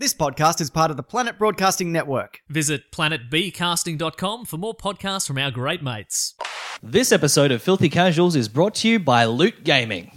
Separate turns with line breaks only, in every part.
This podcast is part of the Planet Broadcasting Network.
Visit planetbcasting.com for more podcasts from our great mates.
This episode of Filthy Casuals is brought to you by Loot Gaming.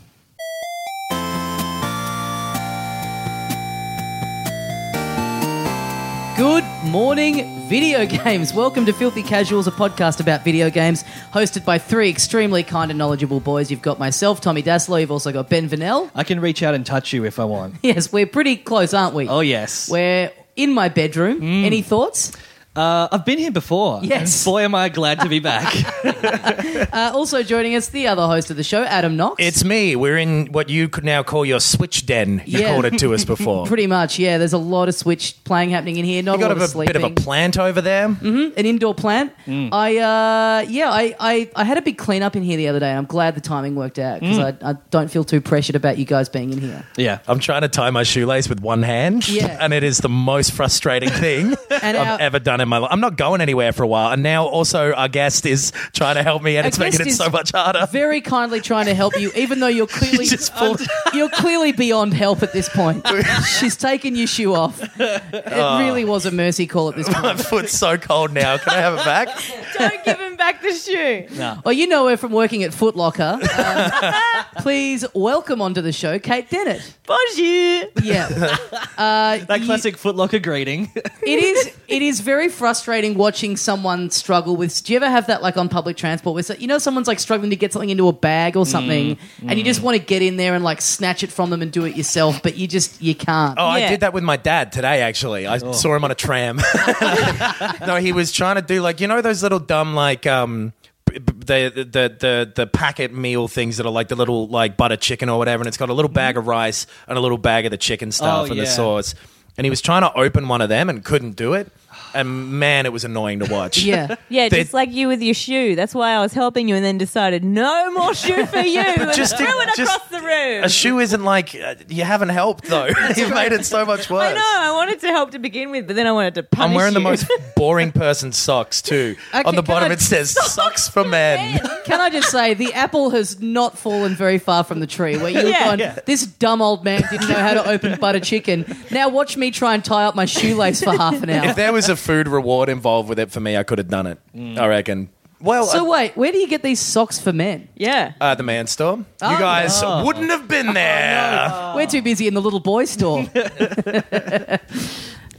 Good morning, video games. Welcome to Filthy Casuals, a podcast about video games, hosted by three extremely kind and knowledgeable boys. You've got myself, Tommy Daslow. You've also got Ben Vanel.
I can reach out and touch you if I want.
Yes, we're pretty close, aren't we?
Oh, yes.
We're in my bedroom.
Mm.
Any thoughts?
Uh, I've been here before.
Yes.
Boy, am I glad to be back.
Uh, also joining us, the other host of the show, Adam Knox.
It's me. We're in what you could now call your switch den. You
Yeah.
called it to us before.
Pretty much, yeah. There's a lot of switch playing happening in here. Not
you got
a
a,
lot of
bit
sleeping. Mm-hmm.
of a plant Mm. over there.
an indoor plant. I uh, yeah, I, I I had a big clean up in here the other day, and I'm glad the timing worked out because
Mm.
I, I don't feel too pressured about you guys being in here.
yeah.
I'm trying to tie my shoelace with one hand,
Yeah.
and it is the most frustrating thing I've
And our-
ever done in my life. I'm not going anywhere for a while, and now also our guest is trying to help me, and
Our
it's making
guest
it
is
so much harder.
Very kindly trying to help you, even though you're clearly
just pulled-
you're clearly beyond help at this point. She's taken your shoe off. It
Oh.
really was a mercy call at this
my
point.
foot's so cold now. Can I have it back?
Don't give him back the shoe. Well, Oh, you know her from working at Foot Locker. Uh, please welcome onto the show, Kate Dennett.
Bonjour.
Yeah.
That classic Footlocker greeting.
It is. It is very frustrating watching someone struggle with. Do you ever have that like on public transport where so- you know someone's like struggling to get something into a bag or something,
Mm,
and you just want to get in there and like snatch it from them and do it yourself, but you just you can't.
Oh,
Yeah.
I did that with my dad today, actually. I
Oh.
saw him on a tram. no, he was trying to do like, you know, those little dumb, like, um, b- b- the, the the the packet meal things that are like the little like butter chicken or whatever, and it's got a little bag of rice and a little bag of the chicken stuff
Oh,
and the
yeah.
sauce. And he was trying to open one of them and couldn't do it. And man, it was annoying to watch.
Yeah.
Yeah,
They-
just like you with your shoe. That's why I was helping you and then decided no more shoe for you. and
just-
threw it
just-
across the room.
A shoe isn't like uh, you haven't helped though. You've made it so much worse.
I know, I wanted to help to begin with, but then I wanted to punish
I'm wearing the
you.
most boring person socks too.
Okay,
On the
can
bottom
I-
it says socks for men.
Can I just say the apple has not fallen very far from the tree where you've
Yeah.
gone, this dumb old man didn't know how to open butter chicken. Now watch me try and tie up my shoelace for half an hour.
If there was a food reward involved with it for me, I could have done it. I reckon. Well,
So
uh,
wait, where do you get these socks for men?
Yeah.
uh, the man store.
Oh,
you guys wouldn't have been there.
We're too busy in the little boy store.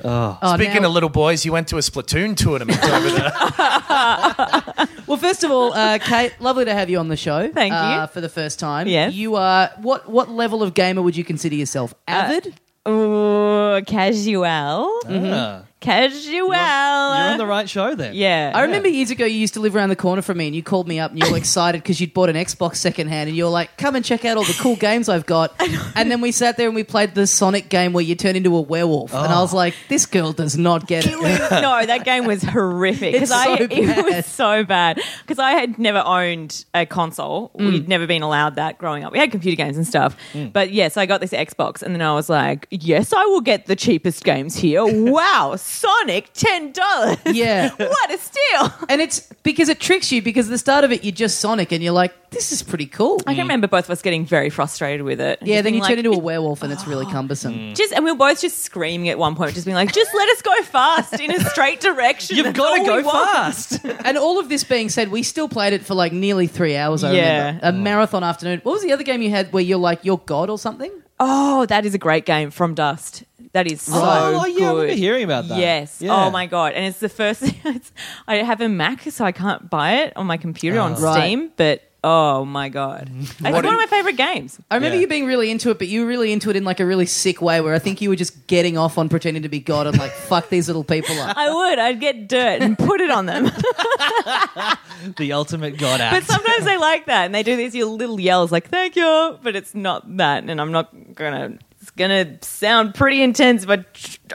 oh,
Speaking
now-
of little boys, you went to a Splatoon tournament over there.
Well, first of all, uh, Kate, lovely to have you on the show.
Thank you.
uh, for the first time.
Yes. Uh,
you are. What what level of gamer would you consider yourself? Avid.
Uh,
Ooh, casual.
Mm-hmm.
Ah.
Casual.
You're on the right show then.
yeah.
I remember years ago you used to live around the corner from me, and you called me up and you were excited because you'd bought an Xbox secondhand, and you were like, "Come and check out all the cool games I've got." And then we sat there and we played the Sonic game where you turn into a werewolf, and
Oh.
I was like, "This girl does not get it."
no, that game was horrific
It's
because I
so
it
bad.
was so bad because I had never owned a console.
Mm.
We'd never been allowed that growing up. We had computer games and stuff, but yes, I got this Xbox, and then I was like, "Yes, I will get the cheapest games here." wow, Sonic, ten dollars.
Yeah.
what a steal!
And it's because it tricks you because at the start of it you're just Sonic and you're like, this is pretty cool.
I can remember both of us getting very frustrated with it.
Mm.
Oh. Mm.
Yeah, then you
turn
turn into a werewolf and it's really cumbersome.
just, and we were both just screaming at one point, just being like, "Just let us go fast in a straight direction."
You've
That's
got to
all we
go
want."
fast.
And all of this being said, we still played it for like nearly three hours, I
Yeah.
remember. A marathon afternoon. What was the other game you had where you're like, you're God or something?
Oh, that is a great game from Dust. That is so
Oh,
good.
yeah, I remember hearing about that.
Yes.
Yeah.
Oh my god! And it's the first. it's, I have a Mac, so I can't buy it on my computer on
Right.
Steam. But oh my god, it's one of my favorite games.
I remember
Yeah.
you being really into it, but you were really into it in like a really sick way where I think you were just getting off on pretending to be God and like, fuck these little people up.
I would. I'd get dirt and put it on them.
the ultimate god
but
act.
sometimes they like that, and they do these little yells like "thank you," but it's not that, and I'm not gonna. It's gonna sound pretty intense, but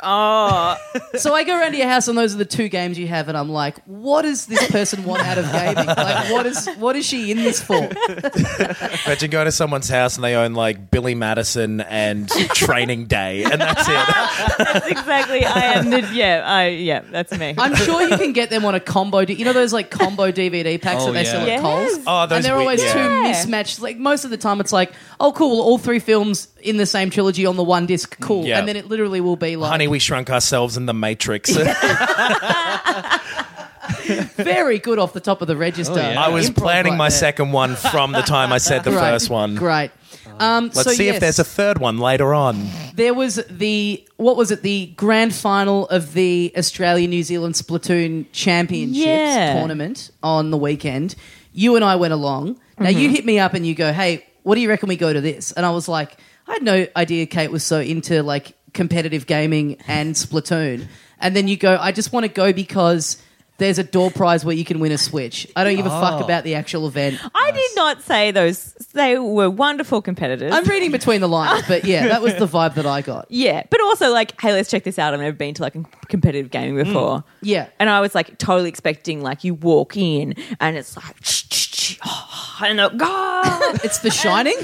oh,
So I go around to your house and those are the two games you have and I'm like, what does this person want out of gaming? Like what is what is she in this for?
Imagine going to someone's house and they own like Billy Madison and Training Day, and that's it.
that's exactly. I am the yeah. I yeah. That's me.
I'm sure you can get them on a combo. D- you know those like combo DVD packs
Oh,
that they
yeah.
sell at
Yes.
Coles,
Oh, those
and they're
weird-
always
yeah.
two
Yeah.
mismatched. Like most of the time, it's like, oh, cool, well, all three films in the same trilogy on the one disc, cool,
Yeah.
and then it literally will be like
Honey, we shrunk ourselves in the Matrix.
very good off the top of the register.
yeah.
I was
Improv
planning
right
my
there.
second one from the time I said the
Great.
first one.
Great. Um,
Let's
so
see
yes,
if there's a third one later on.
There was the what was it? The grand final of the Australia New Zealand Splatoon Championships
Yeah.
tournament on the weekend. You and I went along. Now you hit me up and you go, "Hey, what do you reckon we go to this?" And I was like, "I had no idea Kate was so into like competitive gaming and Splatoon." And then you go, "I just want to go because." There's a door prize where you can win a Switch. I don't give a
Oh.
fuck about the actual event.
I did not say those. They were wonderful competitors.
I'm reading between the lines, but yeah, that was the vibe that I got.
yeah, but also like, hey, let's check this out. I've never been to like a competitive gaming before.
Mm. Yeah.
and I was like totally expecting like you walk in and it's like. And they're, "Ah,"
It's The Shining.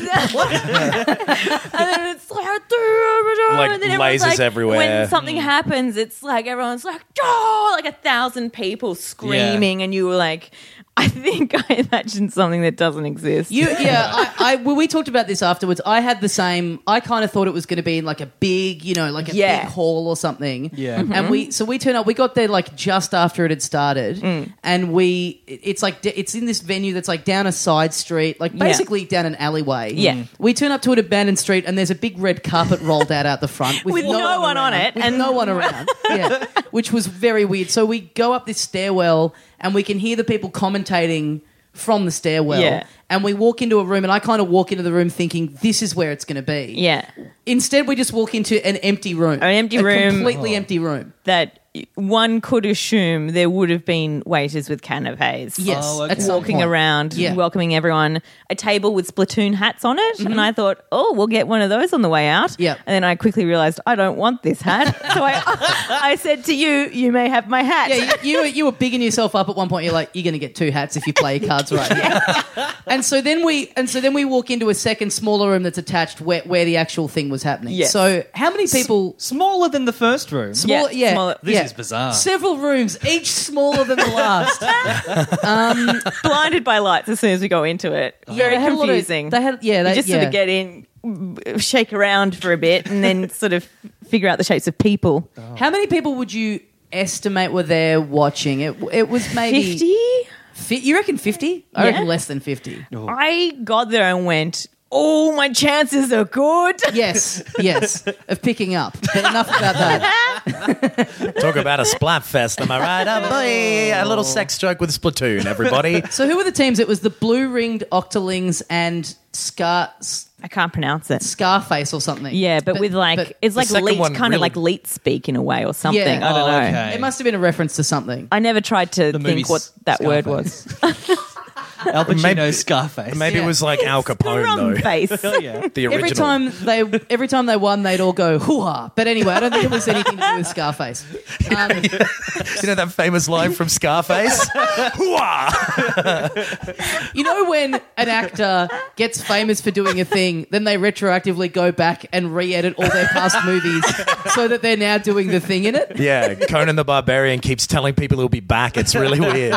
and then it's like, like and then everyone's
lasers
like,
everywhere.
When something
Mm.
happens, it's like everyone's like, oh, like a thousand people screaming, and you were like, I think I imagined something that doesn't exist.
You, yeah, I, I well, we talked about this afterwards. I had the same. I kind of thought it was going to be in like a big, you know, like a
Yeah.
big hall or something.
Yeah.
Mm-hmm.
And we, so we turned up. We got there like just after it had started,
Mm.
and we, it- it's like d- it's in this venue that's like down a side street, like
Yeah.
basically down an alleyway.
Yeah. Mm.
We turn up to an abandoned street, and there's a big red carpet rolled out out the front
With no one on
around.
it,
With
and-
no one around. yeah. Which was very weird. So we go up this stairwell, and we can hear the people commentating. From the stairwell,
Yeah.
and we walk into a room and I kind of walk into the room thinking this is where it's going to be.
yeah,
Instead, we just walk into an empty room.
An empty
a
room.
Oh.
Completely empty room.
that one could assume there would have been waiters with canapes.
Yes.
Oh, okay.
at some
Walking
point.
around,
Yeah.
welcoming everyone, a table with Splatoon hats on it. And I thought, oh, we'll get one of those on the way out.
Mm-hmm. Yeah.
And then I quickly realized I don't want this hat. so I, I said to you, you may have my hat.
Yeah, you, you, were, you were bigging yourself up at one point. You're like, you're going to get two hats if you play your cards right. And so then we and so then we walk into a second smaller room that's attached where, where the actual thing was happening.
Yes.
So how many people?
Smaller than the first room.
Small,
Yeah, smaller-
This
yeah.
is bizarre. Oh.
Several rooms, each smaller than the last.
Blinded by lights as soon as we go into it. Very
they had a lot of-
confusing.
they had- yeah,
You
they-
just sort
yeah.
of get in, shake around for a bit, and then sort of figure out the shapes of people.
How many people would you estimate were there watching? It it was maybe
50?
Fi- you reckon 50? I
Yeah.
reckon less than 50.
I got there and went, oh, my chances are good.
Yes, yes, of picking up. But enough about that.
Talk about a splat fest, am I right? Oh, boy. A little sex joke with Splatoon, everybody.
So, who were the teams? It was the blue ringed Octolings and Scar S-
I can't pronounce it.
Scarface or something.
Yeah, but, with like
but-
it's like
second
leet,
one
kind of
really-
like leet speak in a way or something.
Yeah.
I don't
Oh,
know.
okay.
it must have been a reference to something.
I never tried to
The movie
think what that word was.
Al Pacino's
Maybe-
Scarface.
Maybe
Yeah.
it was like Al
Rum
Capone, though.
face.
Yeah.
The original.
Every time they every time they won, they'd all go hoo ha. But anyway, I don't think it was anything to do with Scarface. Um,
You know that famous line from Scarface? Hooah!
You know when an actor gets famous for doing a thing, then they retroactively go back and re-edit all their past movies so that they're now doing the thing in it?
Yeah, Conan the Barbarian keeps telling people he'll be back. It's really weird.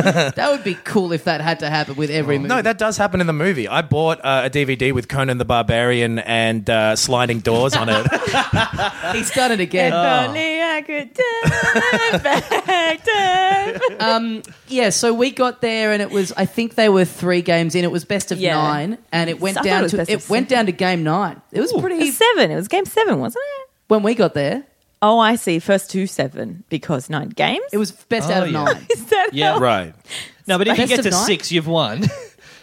That would be cool if that had to happen with
Oh.
every movie.
No, that does happen in the movie. I bought uh, a DVD with Conan the Barbarian and uh, Sliding Doors on it.
He's done it again.
If only I could turn back time.
yeah, so we got there and it was I think they were 3 games in. It was best of
Yeah.
9 and it went
I thought
down
it was
to
best
it
of
went down to game 9. It was
It
pretty
was seven. It was game seven, wasn't it?
when we got there.
Oh, I see. First two seven because nine games. Oh,
It was best out of
yeah.
9.
Is that
Yeah.
how-
Right.
No, but if you
Best
get
of
to
nine?
six, you've won.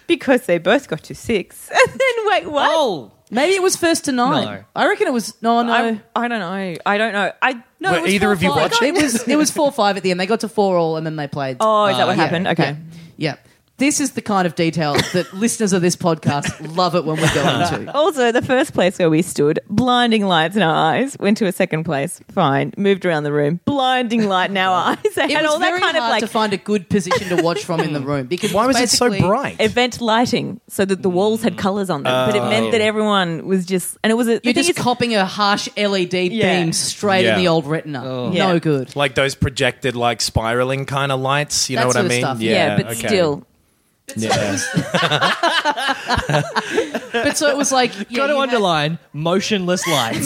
because they both got to six. And then wait, what?
Oh,
Maybe it was first to nine.
No.
I reckon it was. No, no.
I, I don't know. I don't know. I
no,
Were
it was
either
four,
of you
five.
watching?
It was it was four five at the end. They got to four all, and then they played.
Oh, is that what happened?
Uh, Yeah,
Okay.
Yeah. yeah. This is the kind of detail that listeners of this podcast love it when we go into.
Also, the first place where we stood, blinding lights in our eyes. Went to a second place, fine. Moved around the room, blinding light in our eyes. They
It
had
was
all that
very
kind of
hard
like
to find a good position to watch from in the room because
Why was it so
basically-
bright?
event lighting, so that the walls
Mm.
had colors on them,
Oh.
but it meant that everyone was just, and it was a. the
You're
thing
just
is-
copping a harsh LED
Yeah.
beam straight
Yeah. Oh.
in the old retina.
Yeah.
No good.
like those projected, like spiraling kind of lights. You
That
know what
sort
I
of
mean?
stuff.
yeah, but
okay.
still,
Yeah.
But so it was like yeah,
got to
you had-
underline motionless lights.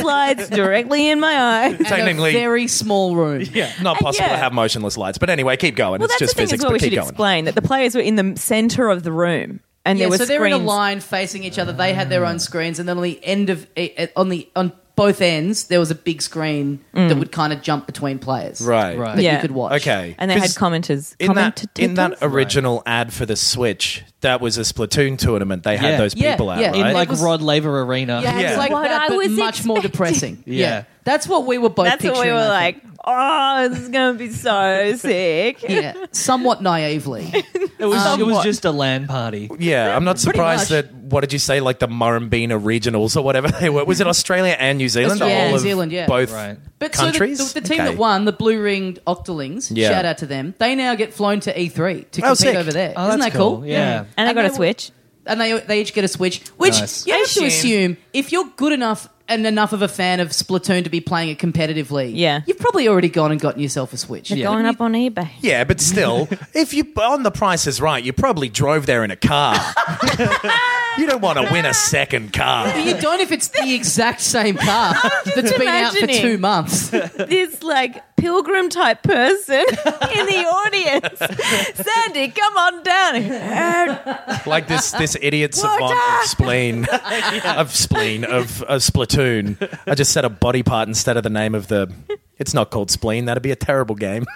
lights directly in my eyes.
and
Technically-
a very small room.
Not possible
yeah.
to have motionless lights. But anyway, keep going.
Well,
it's
that's
just
the thing
physics,
as well. We
but
should
keep going.
explain that the players were in the center of the room, and
Yeah,
there were
so they're in a
screens.
line facing each other. They had their own screens, and then on the end of eh, eh, on the on both ends there was a big screen
Mm.
that would kind of jump between players,
Right.
Right.
That
Yeah.
you could watch.
Okay.
and they had
'Cause
commenters.
In that, in that
Commentators?
original ad for the Switch, that was a Splatoon tournament. They
Yeah.
had those
Yeah,
people out,
yeah.
right?
in
It
like
was-
Rod Laver Arena.
Yeah,
Yeah.
it's like
What
that,
I
but
was
much more depressing.
Yeah.
that's what we were both.
That's what we
picturing,
were
I
like.
think.
Oh, this is going to be so sick.
Yeah, somewhat naively.
It was it was
Somewhat.
just a LAN party.
Yeah, I'm not surprised
much.
that what did you say, like the Murrumbina regionals or whatever they were? Was it Australia and New Zealand? The
Australia
and
whole
New
of
Zealand, yeah.
Both
Right.
But
countries.
so the- the, the team
Okay.
that won, the blue ringed Octolings,
Yeah.
shout out to them. They now get flown to E3 to
Oh,
compete
sick.
over there.
Oh,
not
that's
that cool?
cool. Yeah.
And I got
they
a
were-
switch.
and they they each get a Switch, which
Nice.
you
I
have to
assume-
assume if you're good enough and enough of a fan of Splatoon to be playing it competitively,
Yeah.
you've probably already gone and gotten yourself a Switch.
Yeah.
Going up on eBay.
Yeah, but still, if you on the Price is Right, you probably drove there in a car. you don't want to win a second car.
But you don't if it's the exact same car that's been out for
imagining.
two months.
This like pilgrim type person in the audience. Sandy, come on down. And
Like this, this idiot savant of spleen, of spleen of, of Splatoon. I just said a body part instead of the name of the. It's not called spleen. That'd be a terrible game.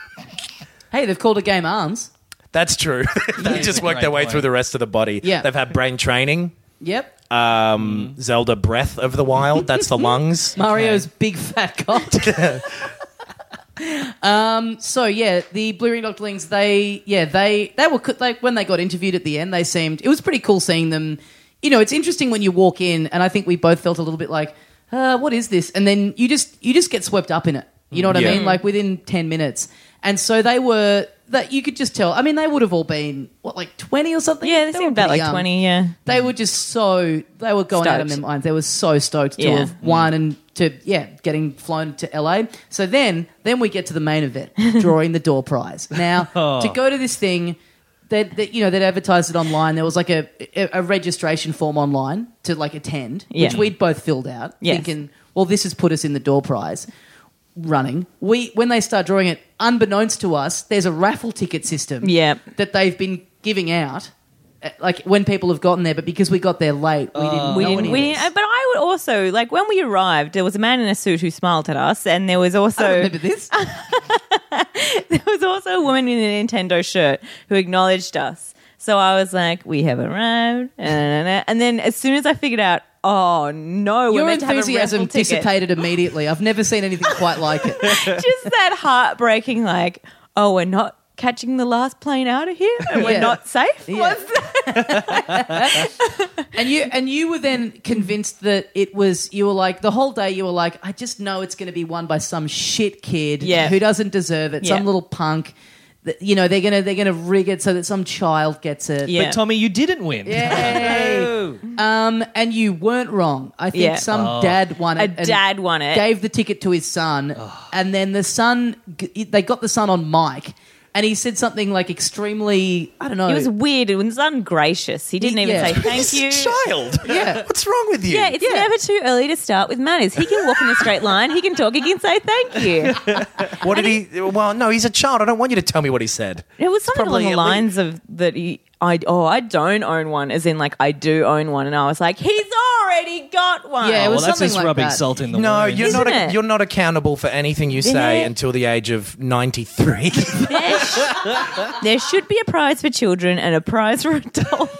hey, they've called a game Arms.
That's true. they
that's
just
a
work their
great
way
point.
through the rest of the body.
Yeah.
they've had brain training.
Yep,
Um, Zelda Breath of the Wild. That's the lungs.
Mario's big fat cock. um. So yeah, the Blue Ring Doctorlings. They yeah they they were co- like when they got interviewed at the end, they seemed it was pretty cool seeing them. You know, it's interesting when you walk in, and I think we both felt a little bit like, uh, what is this? And then you just you just get swept up in it. You know what
Yeah.
I mean? Like within ten minutes, and so they were that you could just tell. I mean, they would have all been what like twenty or something.
yeah, they
were
seemed about
pretty
like
young
twenty. Yeah,
they were just so they were going out of
Stoked.
their minds. They were so stoked to
Yeah. Mm.
have won and to yeah, getting flown to LA. So then then we get to the main event, drawing the door prize. Now
Oh.
to go to this thing, they, they you know they'd advertised it online. There was like a, a, a registration form online to like attend,
Yeah.
which we'd both filled out,
Yes.
thinking, well, this has put us in the door prize. Running, we when they start drawing it, unbeknownst to us, there's a raffle ticket system
Yep.
that they've been giving out, uh, like when people have gotten there, but because we got there late, we didn't.
we
know
didn't.
any
We
of this.
didn't. But I would also like when we arrived. There was a man in a suit who smiled at us, and there was also
I don't remember this.
Ah, there was also a woman in a Nintendo shirt who acknowledged us. So I was like, "We have arrived," and then as soon as I figured out, oh no, we're
Your
meant to have a
enthusiasm
raffle ticket.
dissipated immediately. I've never seen anything quite like it.
just that heartbreaking like oh we're not catching the last plane out of here and we're
Yeah.
not safe
Yeah.
What's that?
And you and you were then convinced that it was. You were like the whole day. You were like, I just know it's going to be won by some shit kid
Yeah.
who doesn't deserve it. Some
Yeah.
little punk. that- You know they're gonna they're gonna rig it so that some child gets it.
Yeah.
But Tommy, you didn't win.
Yay.
No.
Um, and you weren't wrong. I think
Yeah.
some
Oh.
dad won
a
it. and
dad won it
gave the ticket to his son,
Oh.
and then the son g- they got the son on mic, and he said something like extremely I don't know.
it was weird it was ungracious he didn't even
Yeah.
say thank
This
you
child.
Yeah.
What's wrong with you?
yeah, it's never too early to start with manners. He can walk in a straight line. He can talk. He can say thank you.
what did he? Well, no, he's a child. I don't want you to tell me what he said.
It was something
probably
along the
elite.
lines of that. He, I oh I don't own one, as in like I do own one, and I was like, he's already got one.
Yeah, it
well,
was
that's
something
just
like
rubbing
that.
salt in the
No,
wound.
you're
Isn't
not.
it?
you're not accountable for anything you say
Yeah.
until the age of ninety three.
There, sh- there should be a prize for children and a prize for adults.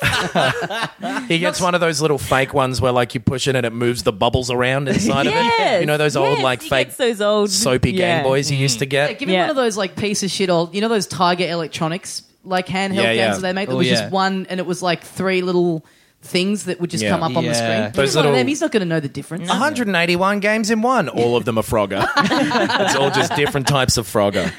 he gets one of those little fake ones where, like, you push it and it moves the bubbles around inside of it.
Yes,
You know those old,
yes,
like,
he
fake
gets those old
soapy
yeah. Mm-hmm.
Game Boys you used to
Yeah,
get.
give me
Yeah.
one of those like piece of shit old. You know those Tiger Electronics like handheld
Yeah, yeah.
games that they make. That
Oh,
was
yeah.
just one, and it was like three little things that would just
Yeah.
come up on the
Yeah.
screen. Give
Those
me one of
little-
them. He's not going to know the difference.
181 games in one. All of them are Frogger. it's all just different types of Frogger.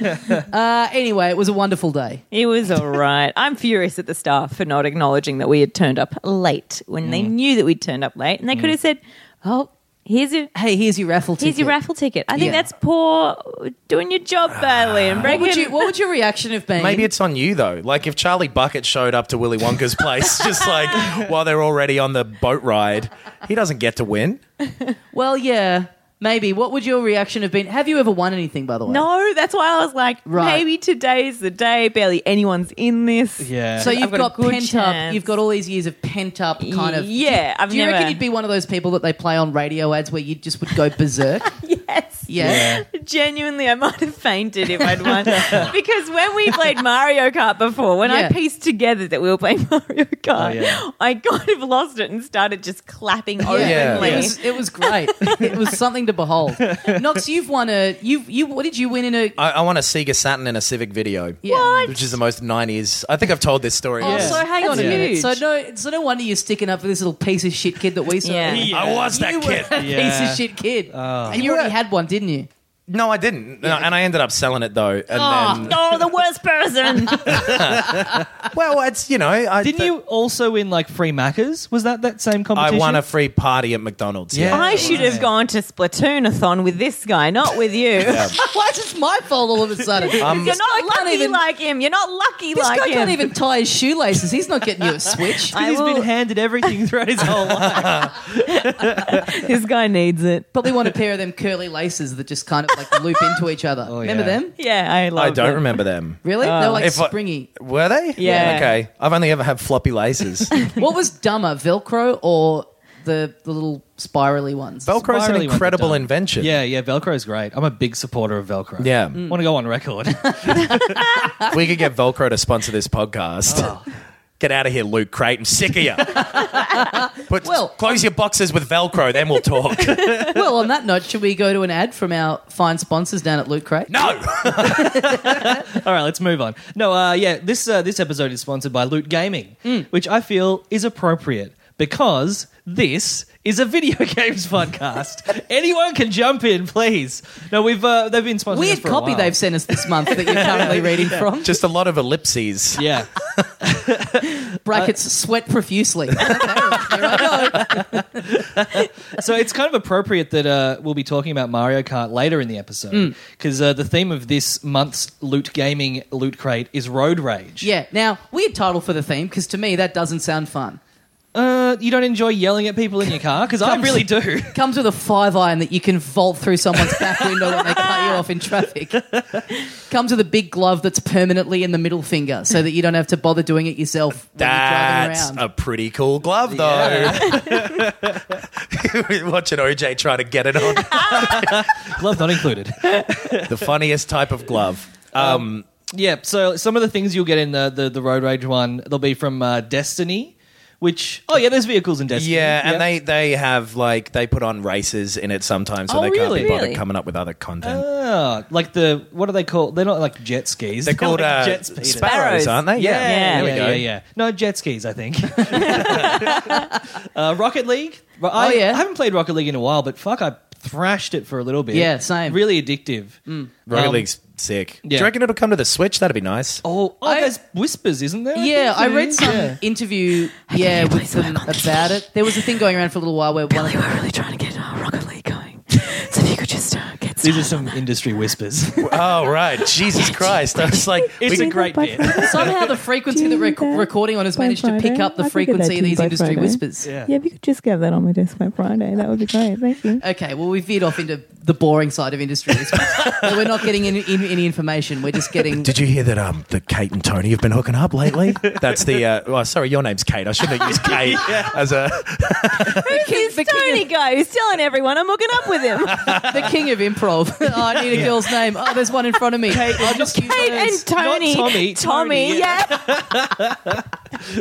Uh, anyway, it was a wonderful day.
It was all right. I'm furious at the staff for not acknowledging that we had turned up late when they knew that we'd turned up late, and they could have said, "Oh, here's your
Hey, here's your raffle ticket.
here's your raffle ticket." I think
Yeah.
that's poor doing your job badly and
What
breaking.
would, you, what would your reaction have been?
Maybe it's on you though. Like if Charlie Bucket showed up to Willy Wonka's place, just like while they're already on the boat ride, he doesn't get to win.
well, yeah, maybe. What would your reaction have been? Have you ever won anything, by the way?
no, that's why I was like,
Right.
maybe today's the day. Barely anyone's in this.
yeah.
So you've
got a
got,
good
pent up.
chance.
You've got all these years of pent up kind of.
Yeah, I've
Do you
never.
reckon you'd be one of those people that they play on radio ads where you just would go berserk?
yes.
yeah.
Genuinely, I might have fainted if I'd won. because when we played Mario Kart before, when
Yeah.
I pieced together that we were playing Mario Kart,
Oh, yeah.
I kind of lost it and started just clapping openly.
Yeah.
It was, it was great. it was something to behold. Knox, you've won a you you what did you win in a
I, I want a Sega Saturn in a Civic video.
Yeah. What?
Which is the most 90s. I think I've told this story.
Oh,
Yeah.
so hang on
That's
a minute.
huge.
So no, so no wonder you're sticking up for this little piece of shit kid that we saw.
Yeah.
Yeah.
I was that
You
kid.
were a piece
Yeah.
of shit kid, and you already had one, didn't you?
No, I didn't. No, and I ended up selling it though. And then,
Oh, the worst person.
well, it's you know, I
Didn't you also win like free Maccas? Was that that same
I
competition?
won a free party at McDonald's.
Yeah.
I should have gone to Splatoonathon with this guy, not with you.
Why is it my fault all of a sudden?
Um,
You're
This guy
not
can't
lucky
even-
like him. You're not lucky
this
like
guy
him.
can't even tie his shoelaces. He's not getting you a switch.
I
He's
will-
been handed everything throughout his whole life.
this guy needs it.
Probably want a pair of them curly laces that just kind of like loop into each other. Remember
Oh, yeah.
them?
Yeah, I love
I don't
it.
remember them.
Really?
Uh,
They're like
if I-
springy.
Were they?
Yeah.
Okay. I've only ever had floppy laces.
What was dumber, Velcro or the the little spirally ones?
Velcro's an
Spirally went
incredible
dumb.
invention.
Yeah, yeah, Velcro's great. I'm a big supporter of Velcro.
Yeah.
Mm.
Want to go on record.
We could get Velcro to sponsor this podcast. Get out of here, Luke Creighton. Sick of you. But
Well-
close your boxes with Velcro, then we'll talk.
Well, on that note, should we go to an ad from our fine sponsors down at Loot Crate?
no.
All right, let's move on. No, uh, yeah, this uh, this episode is sponsored by Loot Gaming,
Mm.
which I feel is appropriate because this is a video games podcast. Anyone can jump in, please. No, we've uh, they've been sponsored.
Weird copy they've sent us this month that you're currently reading
Uh,
from.
Just a lot of ellipses.
Yeah,
Brackets sweat profusely. Okay, here I go.
so it's kind of appropriate that uh, we'll be talking about Mario Kart later in the
Mm.
episode because uh, the theme of this month's Loot Gaming Loot Crate is road rage.
Yeah. Now, weird title for the theme because to me that doesn't sound fun.
uh, you don't enjoy yelling at people in your car because I really do.
Comes with a five iron that you can vault through someone's back window when they cut you off in traffic. Comes with a big glove that's permanently in the middle finger so that you don't have to bother doing it yourself when
That's
you're driving
a
around.
pretty cool glove, though. Watching OJ try to get it on.
Glove not included.
the funniest type of glove. Um,
Yeah, so some of the things you'll get in the the, the road rage one, they'll be from uh, Destiny, which oh yeah, there's vehicles in Destiny.
yeah, and they they have like they put on races in it sometimes, so
Oh,
they can't be
really?
bothered
Really?
coming up with other content.
Oh, like the what are they called? They're not like jet skis.
They're called
like
uh,
jet speeders.
sparrows, aren't they?
Yeah,
Yeah.
yeah,
There we
yeah,
go.
yeah, yeah. No jet skis, I think. uh, Rocket League. Ro- I,
Oh, yeah.
I haven't played Rocket League in a while, but fuck, I thrashed it for a little bit.
Yeah, same. Mm.
Really addictive.
Rocket
Um,
League's sick. Do
yeah.
you reckon it'll come to the Switch? That'd be nice.
Oh, oh
I-
there's whispers, isn't there?
Yeah,
think
I
there
read
is.
some
Yeah.
interview yeah with them about it. There was a thing going around for a little while where one of
Really, we're really trying to get uh, Rocket League going. So if you could just uh, get
These
started.
are some industry whispers.
Oh right, Jesus Christ! I was like,
it's
we-
a great bit.
Somehow the frequency that rec- recording on has managed to pick up the frequency of these industry whispers.
Yeah.
Yeah, if you could just get that on my desk by Friday, that would be great. Thank you.
Okay, well we veered off into the boring side of industry. This week. So we're not getting any, in, any information. We're just getting.
Did you hear that um, the Kate and Tony have been hooking up lately? That's the. Uh, well, sorry, your name's Kate. I shouldn't have used Kate as a.
Who's this Tony guy who's telling everyone I'm hooking up with him?
the king of improv. Uh, oh, I need a girl's name. Oh, there's one in front of me. I'll just use
Kate
hers.
and Tony.
Not Tommy, Tony,
yeah.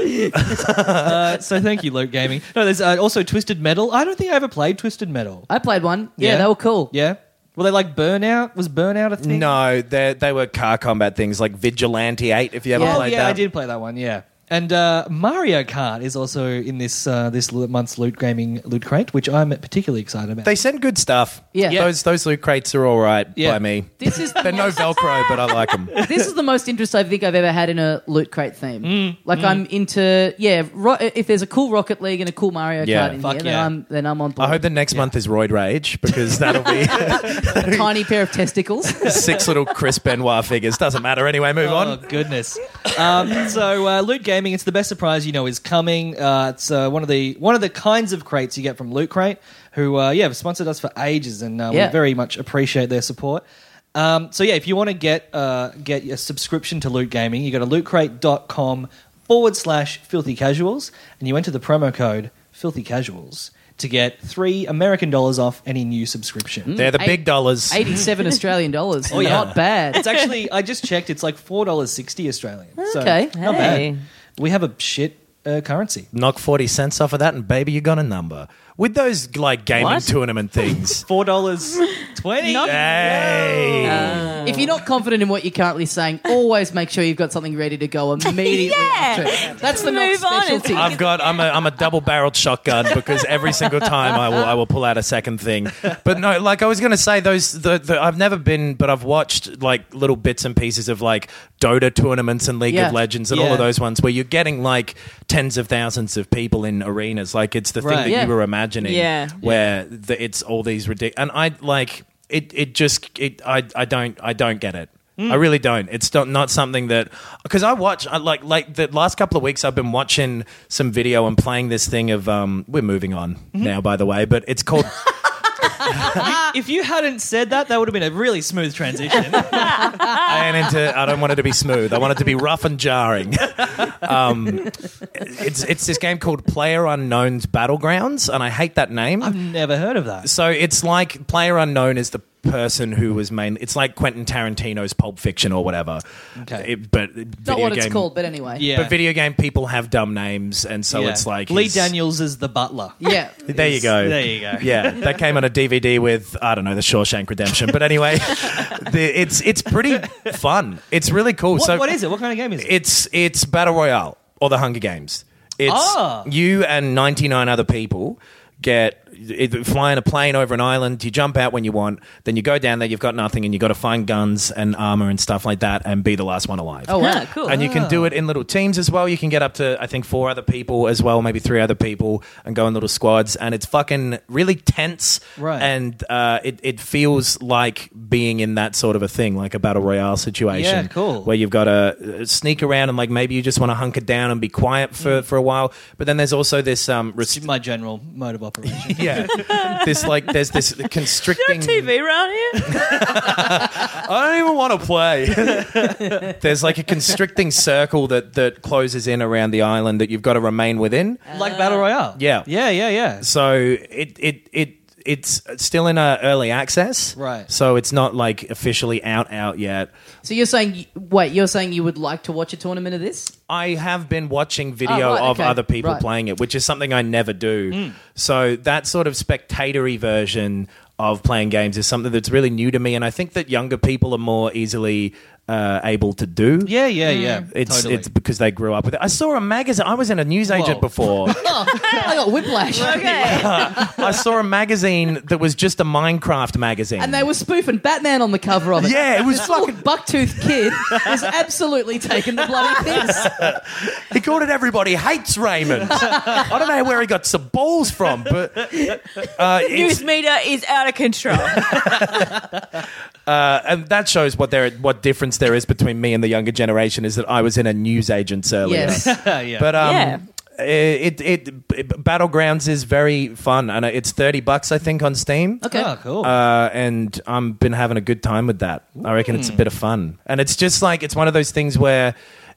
Uh, so thank you, Luke Gaming. No, there's uh, also Twisted Metal. I don't think I ever played Twisted Metal.
I played one. Yeah, they were cool.
Yeah. Were they like Burnout? Was Burnout a thing?
No, they they were car combat things like Vigilante Eight. If you ever
Yeah.
Oh,
played
yeah,
that,
I did play that one. Yeah. And uh, Mario Kart is also in this uh, this l- month's loot gaming loot crate, which I'm particularly excited about.
They send good stuff.
Yeah. Yeah.
those those loot crates are all right
Yeah.
by me.
This is the
They're no
most,
Velcro, but I like them.
this is the most interest I think I've ever had in a loot crate theme. like I'm into yeah. Ro- if there's a cool Rocket League and a cool Mario
Yeah.
Kart in
Fuck
here, then
yeah.
I'm then I'm on board.
I hope the next month is Roid Rage because that'll be
Tiny pair of testicles.
six little Chris Benoit figures. Doesn't matter anyway. Move
Oh
on.
goodness! um, so uh, loot gaming, it's the best surprise you know is coming. Uh, it's uh, one of the one of the kinds of crates you get from Loot Crate, who uh, yeah have sponsored us for ages, and uh,
Yeah.
we very much appreciate their support. Um, so yeah, if you want to get uh, get a subscription to Loot Gaming, you go to lootcrate.com forward slash filthy casuals, and you enter the promo code filthy casuals to get three American dollars off any new subscription.
They're the
Eight-
big dollars.
Eighty-seven Australian dollars.
yeah.
Not bad.
It's actually I just checked. It's like four dollars sixty Australian. So
Okay.
not
Hey.
bad. We have a shit uh, currency.
Knock forty cents off of that, and baby, you got a number with those like gaming
What?
tournament things.
Four dollars twenty.
hey,
If you're not confident in what you're currently saying, always make sure you've got something ready to go immediately.
Yeah.
after. That's the
Move on.
not specialty.
I've got. I'm a. I'm a double-barreled shotgun because every single time I will. I will pull out a second thing. But no, like I was gonna say, those. The, the I've never been, but I've watched like little bits and pieces of like Dota tournaments and League
Yeah.
of Legends and all
Yeah.
of those ones where you're getting like tens of thousands of people in arenas. Like it's the
Right.
thing that
Yeah.
you were imagining.
Yeah.
Where The, it's all these ridiculous. And I like it. It just. It. I. I don't. I don't get it. I really don't. It's not, not something that because I watch I like like the last couple of weeks I've been watching some video and playing this thing of um we're moving on now by the way but it's called
If you hadn't said that, that would have been a really smooth transition.
I ain't into I don't want it to be smooth I want it to be rough and jarring um it's it's this game called Player Unknown's Battlegrounds and I hate that name
Never heard of that.
So it's like Player Unknown is the person who was main. It's like Quentin Tarantino's Pulp Fiction or whatever.
Okay.
It- but
not
video
what it's
game-
called, but anyway.
Yeah.
But video game people have dumb names, and so
Yeah.
it's like
Lee
his-
Daniels is the butler.
Yeah.
There you go.
There you go.
Yeah, that came on a DVD with I don't know the Shawshank Redemption, but anyway, the, it's it's pretty fun. It's really cool.
What,
so
what is it? What kind of game is it?
it's it's battle royale or the Hunger Games. It's
Ah.
you and ninety nine other people get it, fly in a plane over an island. You jump out when you want. Then you go down there. You've got nothing, and you got to find guns and armor and stuff like that, and be the last one alive.
Oh, wow.
cool.
And you can do it in little teams as well. You can get up to I think four other people as well, maybe three other people, and go in little squads. And it's fucking really tense,
Right.
And uh, it it feels like being in that sort of a thing, like a battle royale situation.
Yeah, cool.
Where you've got to sneak around and like maybe you just want to hunker down and be quiet for
Mm.
for a while. But then there's also this um rest-
My general mode of operation.
yeah, this like there's this constricting
TV around here.
I don't even want to play. There's like a constricting circle that that closes in around the island that you've got to remain within.
like Battle Royale.
yeah.
Yeah, yeah, yeah.
So it it it it's still in a early access,
Right.
So it's not like officially out out yet.
So you're saying, wait, you're saying you would like to watch a tournament of this?
I have been watching video
Oh, right,
of
okay.
other people
Right.
playing it, which is something I never do. So that sort of spectatory version of playing games is something that's really new to me, and I think that younger people are more easily uh, able to do.
Yeah, yeah, yeah.
Mm.
It's
totally.
it's because they grew up with it. I saw a magazine. I was in a newsagent
Whoa.
before.
I got whiplash.
Okay.
I saw a magazine that was just a Minecraft magazine.
And they were spoofing Batman on the cover of it.
yeah, it was
This little
fucking.
bucktooth kid has absolutely taken the bloody piss.
He called it "Everybody Hates Raymond." I don't know where he got some balls from, but uh, it's-
News meter is out of control.
and that shows what there what difference there is between me and the younger generation is that I was in a newsagent's earlier.
Yes.
yeah, yeah.
But um,
Yeah.
it, it it battlegrounds is very fun, and it's thirty bucks I think on Steam.
Okay.
Oh, cool.
Uh, and I've been having a good time with that. I reckon it's a bit of fun. And it's just like, it's one of those things where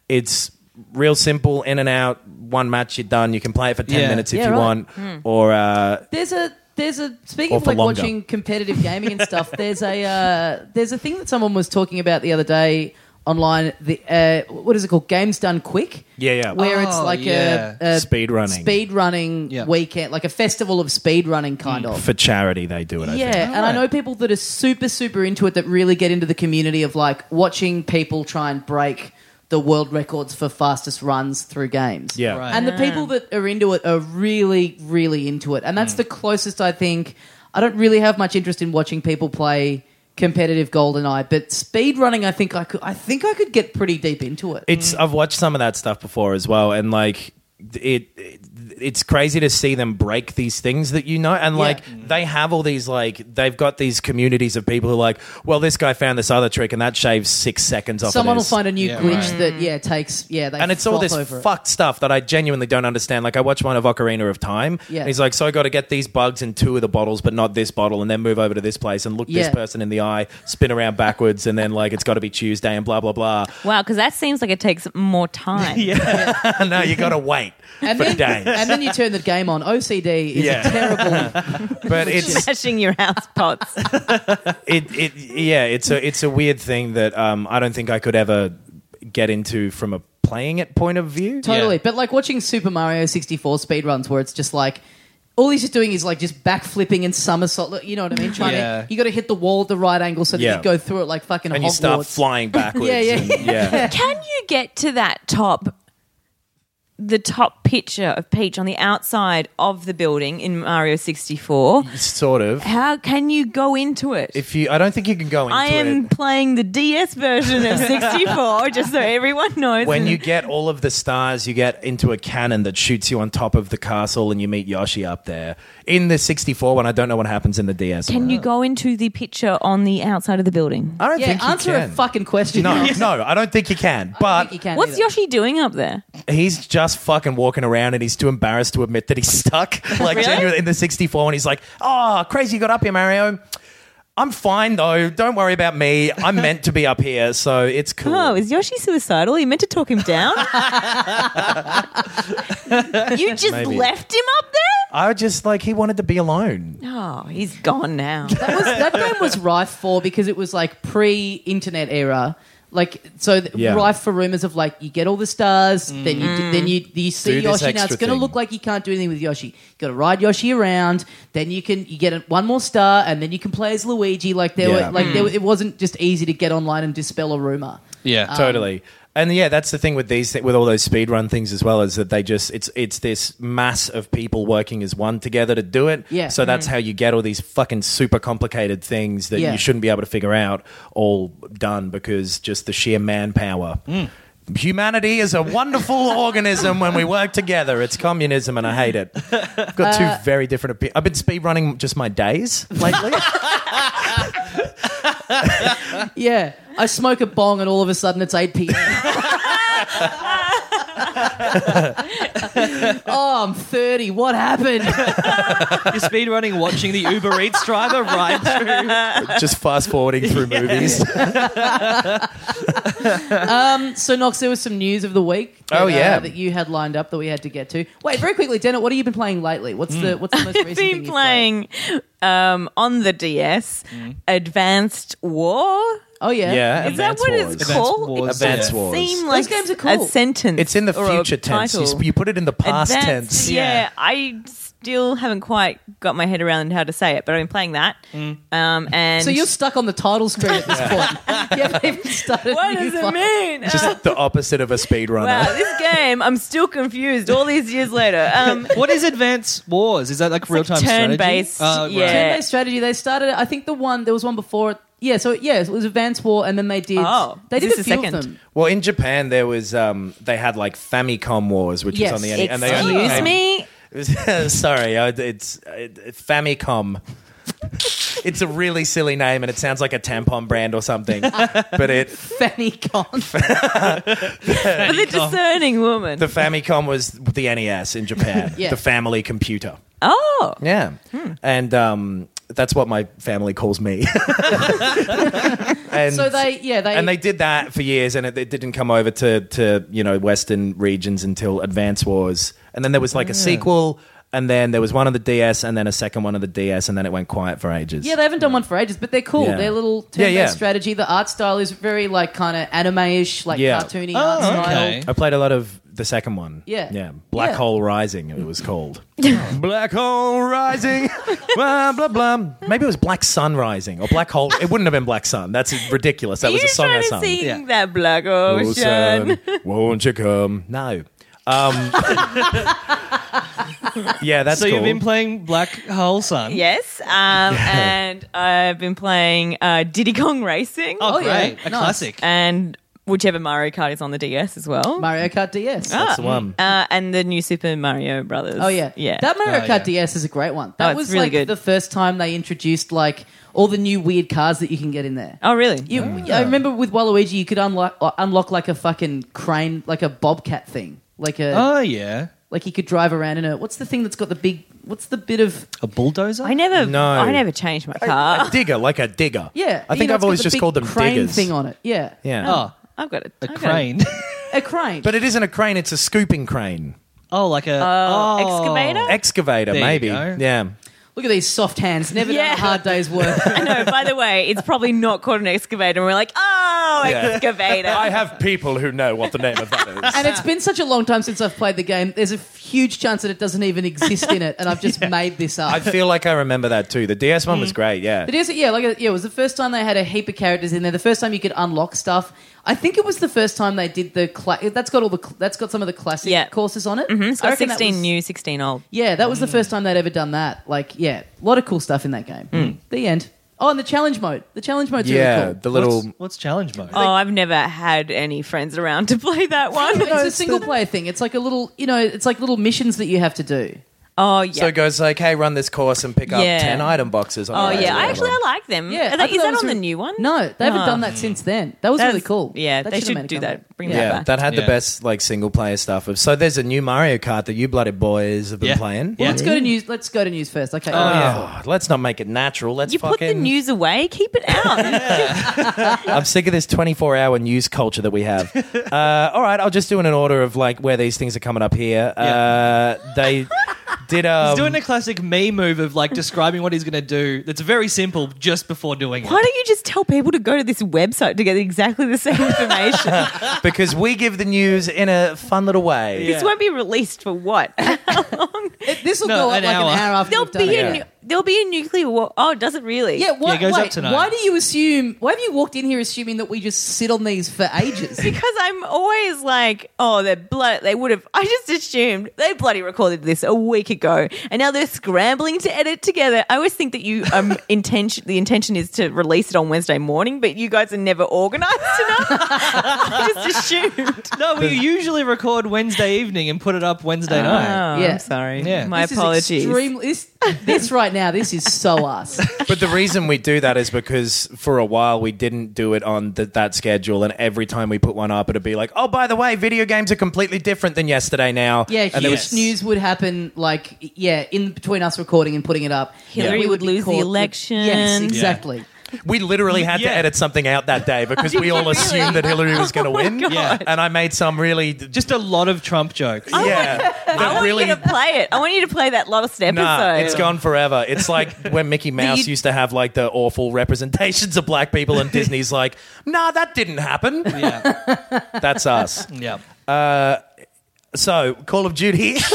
it's real simple, in and out, one match, you're done. You can play it for 10
Yeah.
minutes if
Yeah,
you
right. Hmm.
want. Or, uh,
There's a there's a speaking
Or
of
for
like
longer.
watching competitive gaming and stuff. There's a uh, there's a thing that someone was talking about the other day online. The uh, what is it called? Games done quick.
Yeah, yeah.
Where it's
Oh,
like
yeah.
a, a
Speed running.
speed running
Yeah. Mm.
weekend, like a festival of speed running kind of.
for charity, they do it, I
Yeah,
think.
and I know people that are super, super into it that really get into the community of like watching people try and break the world records for fastest runs through games.
Yeah.
Right.
And the people that are into it are really, really into it. And
Mm.
that's the closest I think. I don't really have much interest in watching people play competitive GoldenEye, but speed running, I think I could. I think I could get pretty deep into it.
It's I've watched some of that stuff before as well, and like it, it- it's crazy to see them break these things that you know, and like
Mm.
they have all these like they've got these communities of people who are like, well, this guy found this other trick, and that shaves six seconds off.
Someone
of
will
this.
find a new
Yeah,
glitch
right.
that yeah takes yeah. They
and it's all
flop
this
over it.
fucked stuff that I genuinely don't understand. Like I watch one of Ocarina of Time.
Yeah.
And he's like, so I got to get these bugs in two of the bottles, but not this bottle, and then move over to this place and look
Yeah.
this person in the eye, spin around backwards, and then like it's got to be Tuesday and blah blah blah.
Wow, because that seems like it takes more time.
no, you got to wait
And
for
then,
days.
and then you turn the game on. OCD is
Yeah.
a terrible
but it's
Smashing your house pots.
it, it yeah it's a it's a weird thing that um, I don't think I could ever get into from a playing it point of view.
Totally.
Yeah.
But like watching Super Mario 64 speedruns where it's just like all he's just doing is like just backflipping and somersault. look, You know what I mean? Trying
Yeah.
to, you got to hit the wall at the right angle so that
Yeah.
you go through it like fucking
And
Hogwarts.
you start flying backwards.
Yeah, yeah,
and- yeah.
Can you get to that top, the top picture of Peach on the outside of the building in Mario 64?
Sort of.
How can you go into it?
If you, I don't think you can go into
I am
it.
playing the DS version of 64, just so everyone knows.
When you get all of the stars, you get into a cannon that shoots you on top of the castle, and you meet Yoshi up there in the '64 one. I don't know what happens in the DS.
can
one.
you go into the picture on the outside of the building?
I don't
Yeah,
think you
answer
can.
a fucking question.
no,
I
no, I don't think you can. But
think you can
What's
either.
Yoshi doing up there?
he's just fucking walking around and he's too embarrassed to admit that he's stuck. Like
Really?
genuinely in the 64 and he's like, oh, crazy you got up here, Mario. I'm fine though. Don't worry about me. I'm meant to be up here, so it's cool.
Oh, is Yoshi suicidal? You meant to talk him down? you just
Maybe.
left him up there?
I was just like he wanted to be alone.
Oh, he's gone now.
That, was, that game was rife for because it was like pre-internet era. Like so, th-
Yeah. Mm.
rife for rumors of like you get all the stars, then you do, then you you see
Do
Yoshi.
this
Now it's
extra
going to
thing.
look like you can't do anything with Yoshi. You got to ride Yoshi around, then you can you get a- one more star, and then you can play as Luigi. Like there
Yeah. Mm.
were like there were- it wasn't just easy to get online and dispel a rumor.
yeah.
Um,
Uh,
Totally. And yeah, that's the thing with these thi- with all those speedrun things as well is that they just it's it's this mass of people working as one together to do it.
Yeah.
So
Mm.
that's how you get all these fucking super complicated things that
Yeah.
you shouldn't be able to figure out all done because just the sheer manpower.
Mm.
Humanity is a wonderful organism when we work together. It's communism and I hate it. I've got
Uh,
two very different opinions. I've been speedrunning just my days lately.
Yeah, I smoke a bong, and all of a sudden it's eight p.m. oh, I'm thirty. What happened?
You're speedrunning watching the Uber Eats driver ride through.
just fast forwarding through movies.
So, Knox, there was some news of the week. That, uh,
Oh, yeah.
that you had lined up that we had to get to. Wait, very quickly, Dennett, what have you been playing lately? What's
Hmm.
the what's the most recent thing
been
you've played? Mm.
playing um, on the DS Advanced War.
Oh yeah,
Yeah,
Is that
Advance
what
Wars.
it's called?
Advance Wars,
Advance
It
Yeah.
Wars.
seemed
Those
like
games are cool.
a sentence.
It's in the
or a
future tense. You,
title.
sp- you put it in the past
Advanced-
tense.
Yeah.
Yeah.
I still haven't quite got my head around how to say it, but I've been playing that. Um, and
Mm. So you're stuck on the title screen at this point. you haven't even started.
what
a new
does it
one.
mean? Uh,
Just the opposite of a speedrunner.
wow, this game. I'm still confused all these years later. Um,
What is Advance Wars? Is that like real time
like turn-based,
strategy? Uh,
yeah.
Turn-based strategy. They started. I think the one there was one before. it- Yeah. So yeah, it was Advance War, and then they did.
Oh,
they
is
did
this
a
the
few
second?
of them.
Well, in Japan, there was um, they had like Famicom Wars, which
Yes.
was on the NES, they only
excuse
came-
me.
Sorry, I- it's uh, Famicom. It's a really silly name, and it sounds like a tampon brand or something. but it
Fanny con.
But the discerning woman.
the Famicom was the NES in Japan,
Yeah.
the family computer.
oh,
Yeah, and um, that's what my family calls me. and
So they, yeah, they.
and they did that for years, and it, it didn't come over to to you know Western regions until Advance Wars, and then there was
Hmm.
like a sequel, and then there was one on the DS, and then a second one on the DS, and then it went quiet for ages.
yeah, they haven't done one for ages, but they're cool.
Yeah.
They're little
Yeah,
turn-based
yeah.
strategy. The art style is very like kind of anime-ish, like
Yeah.
cartoony
Oh,
art style.
Oh, okay.
I played a lot of the second one.
Yeah.
Yeah. Black
Yeah.
Hole Rising, it was called. Black Hole Rising. blah, blah, blah. Maybe it was Black Sun Rising or Black Hole. It wouldn't have been Black Sun. That's ridiculous. That
you
was a song I
trying to
sung.
sing
Yeah.
that black ocean?
Wilson, won't you come? No. Um, yeah, that's
So
cool.
you've been playing Black Hole Sun.
Yes, um, and I've been playing uh, Diddy Kong Racing
Oh,
Oh, yeah.
great. A
Nice.
classic.
Uh, and whichever Mario Kart is on the DS as well,
Mario Kart DS.
that's the one.
uh, and the new Super Mario Brothers.
Oh yeah,
yeah. Oh,
That Mario
Oh,
Kart
yeah.
DS is a great one. That
it's
was
really
like
good.
the first time they introduced like all the new weird cars that you can get in there.
oh really?
You, I remember with Waluigi, you could unlock uh, unlock like a fucking crane, like a bobcat thing, like a
Oh yeah.
like he could drive around in a. What's the thing that's got the big? What's the bit of?
A bulldozer.
I never.
No.
I never changed my car.
A digger, like a digger.
Yeah,
I
you
think
know, it's
I've
got
always
the
just
big
called them
crane
diggers.
thing on it. Yeah,
Yeah.
Oh,
I've got a,
a
I've got
crane.
a crane.
But it isn't a crane, it's a scooping crane.
oh, like a
Oh,
oh.
excavator.
Excavator,
There you
maybe.
go.
Yeah.
Look at these soft hands. Never done
Yeah.
a hard day's work.
I know. By the way, it's probably not called an excavator. And we're like, oh, excavator.
I have people who know what the name of that is.
And it's been such a long time since I've played the game. There's a huge chance that it doesn't even exist in it, and I've just made this up.
I feel like I remember that too. The DS one was great, yeah.
But is it? Yeah, like yeah, it was the first time they had a heap of characters in there. The first time you could unlock stuff. I think it was the first time they did the. Cla- that's got all the. Cl- that's got some of the classic
Yeah.
courses on it. Mm-hmm.
It's got 16 new, 16 old.
Yeah, that was the first time they'd ever done that. Like, yeah, a lot of cool stuff in that game.
Mm.
The end. Oh, and the challenge mode. The challenge mode's
yeah,
really cool.
the little.
What's, what's challenge mode?
Oh, I've never had any friends around to play that one.
It's a single player thing. It's like a little, you know, it's like little missions that you have to do.
Oh yeah.
So it goes like, hey, run this course and pick up
Yeah.
10 item boxes. On
oh
the way
yeah.
or
I actually I
whatever.
like them.
Yeah,
Are
I
they-
thought
is
that
that
was
on the
re-
new one?
No, they haven't
Oh.
done that since then. That was
That's-
really cool.
yeah,
That
they
should've
should
made a
do
comeback.
that. Bring
Yeah.
that
Yeah,
back.
that had the
Yeah.
best like single player stuff. Of, so there's a new Mario Kart that you bloody boys have been
Yeah.
playing.
Yeah.
Let's go to news. Let's go to news first. Okay.
Oh, Let's not make it natural. Let's
You put
fucking.
the news away. Keep it out.
I'm sick of this 24 hour news culture that we have. uh, all right, I'll just do it in order of like where these things are coming up here. Uh, they did. Um,
He's doing a classic me move of like describing what he's going to do. That's very simple just before doing it.
Why don't you just tell people to go to this website to get exactly the same information?
because we give the news in a fun little way.
This won't be released for what?
This will
No,
go up
an
like
hour.
an hour after
there'll
we've done
be
it.
a nu- there'll be a nuclear war. Oh, does it really?
Yeah, why,
it goes up
wait,
tonight.
why do you assume? Why have you walked in here assuming that we just sit on these for ages?
Because I'm always like, oh, they're blood. They would have. I just assumed they bloody recorded this a week ago, and now they're scrambling to edit together. I always think that you um intention. The intention is to release it on Wednesday morning, but you guys are never organised enough. I just assumed.
No, we usually record Wednesday evening and put it up Wednesday night.
Oh,
Yeah.
I'm sorry.
Yeah.
My
This is
apologies.
extremely- this, this right now, this is so us.
But the reason we do that is because for a while we didn't do it on th- that schedule, and every time we put one up, it'd be like, "Oh, by the way, video games are completely different than yesterday now."
Yeah,
and
huge news would happen. Like, yeah, in between us recording and putting it up,
Hillary
We
would
be
lose the
caught-
election.
Yes,
Yeah.
exactly.
we literally had
Yeah.
to edit something out that day because we all assumed that Hillary was going to
Oh
win.
Yeah.
and I made some really just
Just a lot of Trump jokes.
Oh.
yeah,
I
that
want
really.
you to play it. I want you to play that last episode.
Nah, it's gone forever. It's like when Mickey Mouse
you-
used to have like the awful representations of black people, and Disney's like, "Nah, that didn't happen."
Yeah.
That's us.
Yeah.
So, Call of Duty.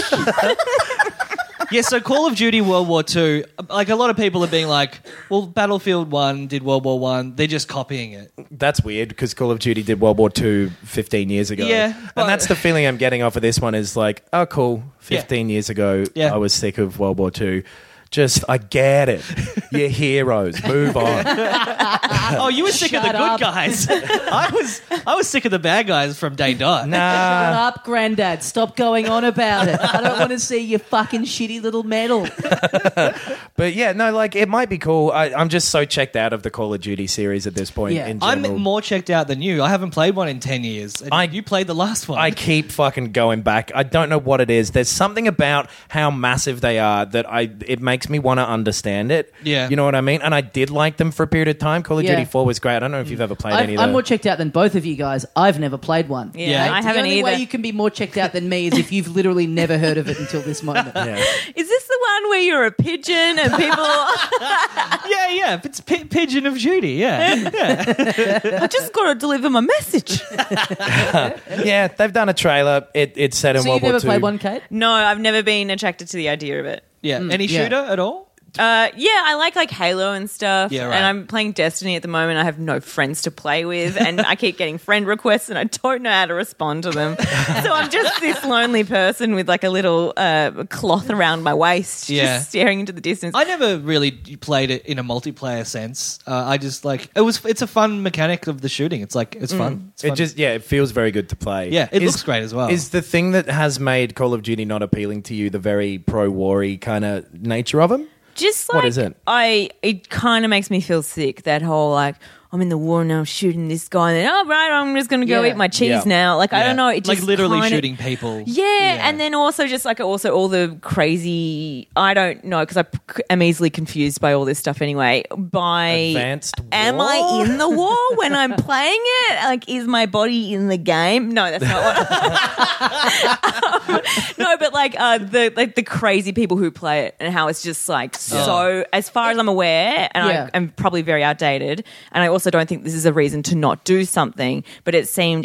Yeah, so Call of Duty World War Two, like a lot of people are being like, well, Battlefield One did World War One, they're just copying it.
That's weird because Call of Duty did World War II 15 years ago.
Yeah, but-
and that's the feeling I'm getting off of this one is like, oh, cool. 15 years ago,
Yeah.
I was sick of World War II. Just, I get it. You're heroes. Move on.
Oh, you were sick of the
Shut
good
up.
guys. I was I was sick of the bad guys from day dot.
Shut
Nah.
up, Grandad. Stop going on about it. I don't want to see your fucking shitty little medal.
But yeah, no, like, it might be cool. I, I'm just so checked out of the Call of Duty series at this point
Yeah.
in general.
I'm more checked out than you. I haven't played one in ten years. And
I-
you played the last one.
I keep fucking going back. I don't know what it is. There's something about how massive they are that I it makes me want to understand it.
Yeah.
you know what I mean. And I did like them for a period of time. Call of
Yeah.
Duty Four was great. I don't know if you've ever played
I've,
any of
I'm
the-
more checked out than both of you guys. I've never played one.
Yeah.
I
The
haven't
only way
either.
you can be more checked out than me is if you've literally never heard of it until this moment.
Is this the one where you're a pigeon and people? I
yeah, yeah. If It's P- Pigeon of Duty.
Mm,
Yeah,
just got to deliver my message.
yeah, they've done a trailer. It it's set in
So
World
you've never
War
played
Two.
one, Kate?
No, I've never been attracted to the idea of it.
yeah. Any
yeah.
shooter at all?
Uh, yeah, I like like Halo and stuff.
Yeah, right.
And I'm playing Destiny at the moment. I have no friends to play with, and I keep getting friend requests, and I don't know how to respond to them. so I'm just this lonely person with like a little uh, cloth around my waist,
Yeah.
just staring into the distance.
I never really played it in a multiplayer sense. Uh, I just like it was. It's a fun mechanic of the shooting. It's like it's fun. It's
Mm. It
fun.
just yeah, it feels very good to play.
Yeah, it
Is-
looks great as well.
Is the thing that has made Call of Duty not appealing to you the very pro-war-y kind of nature of them?
just like
What is it?
I it kind of makes me feel sick. That whole like I'm in the war now, shooting this guy, and then oh right, I'm just gonna go
Yeah.
eat my cheese
Yeah.
now. Like I
Yeah.
don't know, it
like
just
literally
kinda-
shooting people.
Yeah, and then also just like also all the crazy. I don't know because I p- am easily confused by all this stuff anyway. By
Advanced
am I
war?
in the war when I'm playing it? Like, is my body in the game? No, that's not what. Um, no, but like uh, the like the crazy people who play it and how it's just like so. As far as I'm aware, and
Yeah.
I am probably very outdated, and I also don't think this is a reason to not do something. But it seemed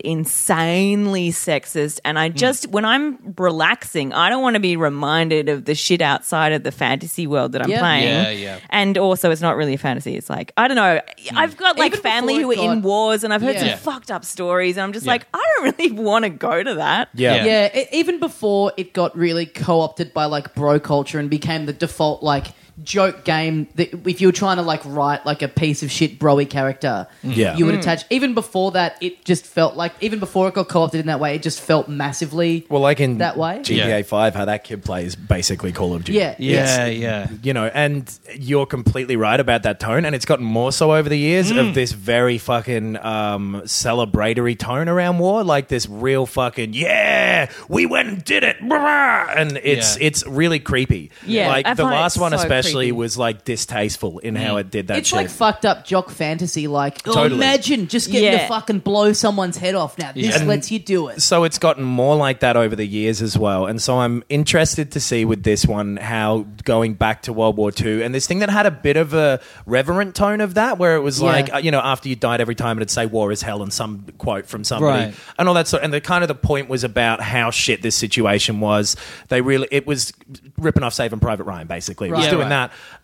insanely sexist, and
Hmm.
I just when I'm relaxing, I don't want to be reminded of the shit outside of the fantasy world that I'm
Yeah.
playing.
Yeah, yeah.
And also, it's not really a fantasy. It's like I don't know. I've got
Hmm.
like
Even
family who
before
are
it
in
got-
wars, and I've heard
Yeah.
some fucked up stories, and I'm just like, I don't really want to go to that.
Yeah.
Yeah.
Yeah, e- even before it got really co-opted by like bro culture and became the default like joke game that if you were trying to like write like a piece of shit broy character,
Mm. Yeah.
Hmm.
you would attach. Even before that, it just felt like even before it got co-opted in that way, it just felt massively.
Well, like in
That way?
GTA
Yeah.
Five, how that kid plays basically Call of Duty.
Yeah.
yeah, yeah.
you know, and you're completely right about that tone, and it's gotten more so over the years
Mm.
of this very fucking um, celebratory tone around war, like this real fucking yeah, we went and did it, brah," and it's
Yeah.
it's really creepy.
Yeah,
like
I
the
find it
last one
so
especially
creepy.
was like distasteful in
Mm.
how it did that.
It's
shit.
like fucked up jock fantasy. Like, oh,
Totally.
imagine just getting to
Yeah.
fucking blow someone's head off. Now this
And-
lets you do it.
so it's gotten more like that over the years as well. And so I'm interested to see with this one how going back to World War II and this thing that had a bit of a reverent tone of that, where it was
Yeah.
like, uh, you know, after you died every time it'd say war is hell and some quote from somebody
Right.
and all that sort. And the kind of the point was about how shit this situation was. They really, it was ripping off Saving Private Ryan basically. It was
Right. Yeah,
doing
right.
that.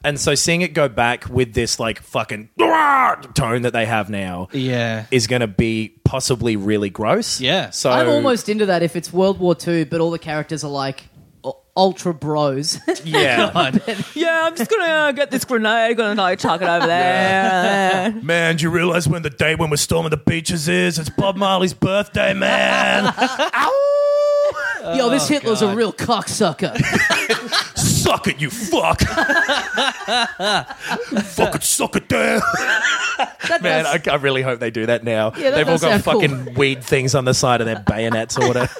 And so seeing it go back with this like fucking "Argh!" tone that they have now
Yeah.
is going to be possibly really gross.
Yeah.
So
I'm almost into that if it's World War II, but all the characters are like u- ultra bros.
yeah.
Yeah, I'm just gonna uh, get this grenade, gonna like chuck it over there.
man, do you realize when the day when we're storming the beaches is? It's Bob Marley's birthday, man. Ow!
Yo, this Hitler's a real cocksucker.
Suck it, you fuck. Fucking suck it down.
That
Man,
does-
I, I really hope they do that now.
Yeah, that
They've all
does
got
sound cool.
fucking weed things on the side of their bayonets or whatever.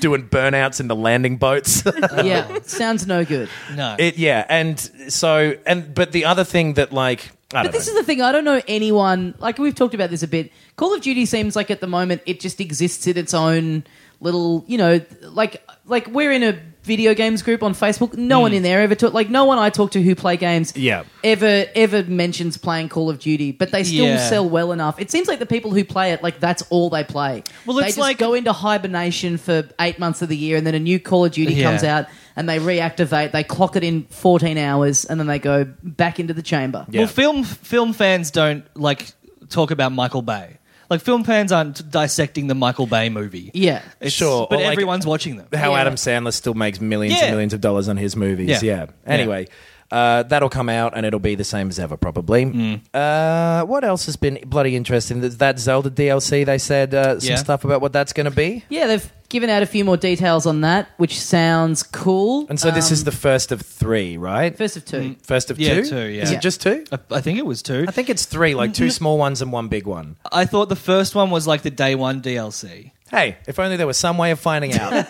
Doing burnouts in the landing boats.
yeah, sounds no good.
No.
it, yeah, and so and but the other thing that like I don't
But this
know.
is the thing. I don't know anyone. Like we've talked about this a bit. Call of Duty seems like at the moment it just exists in its own little. You know, like like we're in a video games group on Facebook. No
Hmm.
one in there ever talk. Like no one I talk to who play games.
Yeah.
Ever ever mentions playing Call of Duty, but they still
Yeah.
sell well enough. It seems like the people who play it, like that's all they play.
Well,
They
it's
just
like-
go into hibernation for eight months of the year, and then a new Call of Duty
Yeah.
comes out. And they reactivate. They clock it in 14 hours, and then they go back into the chamber.
Yeah.
Well, film film fans don't like talk about Michael Bay. Like film fans aren't dissecting the Michael Bay movie.
Yeah.
It's-
Sure,
but
or like-
everyone's watching them.
how
Yeah.
Adam Sandler still makes millions
Yeah.
and millions of dollars on his movies.
Yeah.
Yeah. Anyway, uh, that'll come out and it'll be the same as ever, probably. Uh, what else has been bloody interesting? That, that Zelda DLC, they said uh, some
Yeah.
stuff about what that's going to be.
Yeah, they've given out a few more details on that, which sounds cool.
And so this is the first of three, right?
First
Mm.
of two.
First of
Yeah,
two?
two, yeah.
Is
Yeah.
it just two?
I, I think it was two.
I think it's three, like two small ones and one big one.
I thought the first one was like the day one DLC.
Hey, if only there was some way of finding out. Shame
No, I'm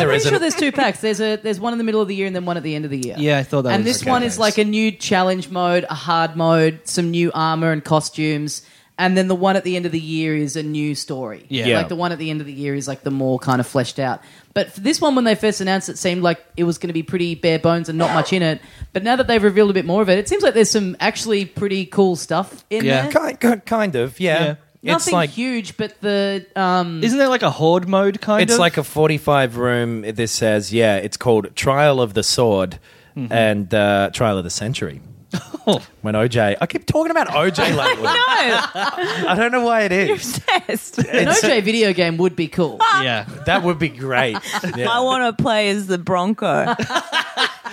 there
pretty
isn't.
sure there's two packs. There's a there's one in the middle of the year and then one at the end of the year.
Yeah, I thought that
And
was-
this
okay,
one is like a new challenge mode, a hard mode, some new armor and costumes, and then the one at the end of the year is a new story.
Yeah. Yeah.
like the one at the end of the year is like the more kind of fleshed out. But for this one, when they first announced it, seemed like it was going to be pretty bare bones and not much in it. But now that they've revealed a bit more of it, it seems like there's some actually pretty cool stuff in
Yeah.
there.
Kind, kind- kind of, yeah. It's
Nothing
like
huge, but the um,
Isn't there like a horde mode kind
it's
of?
like a 45 room this says yeah it's called trial of the sword
Mm-hmm.
and uh, trial of the century when oj i keep talking about oj lately
No,
i don't know why it is
obsessed.
an OJ video game would be cool.
yeah.
that would be great
I
Yeah.
want to play as the Bronco.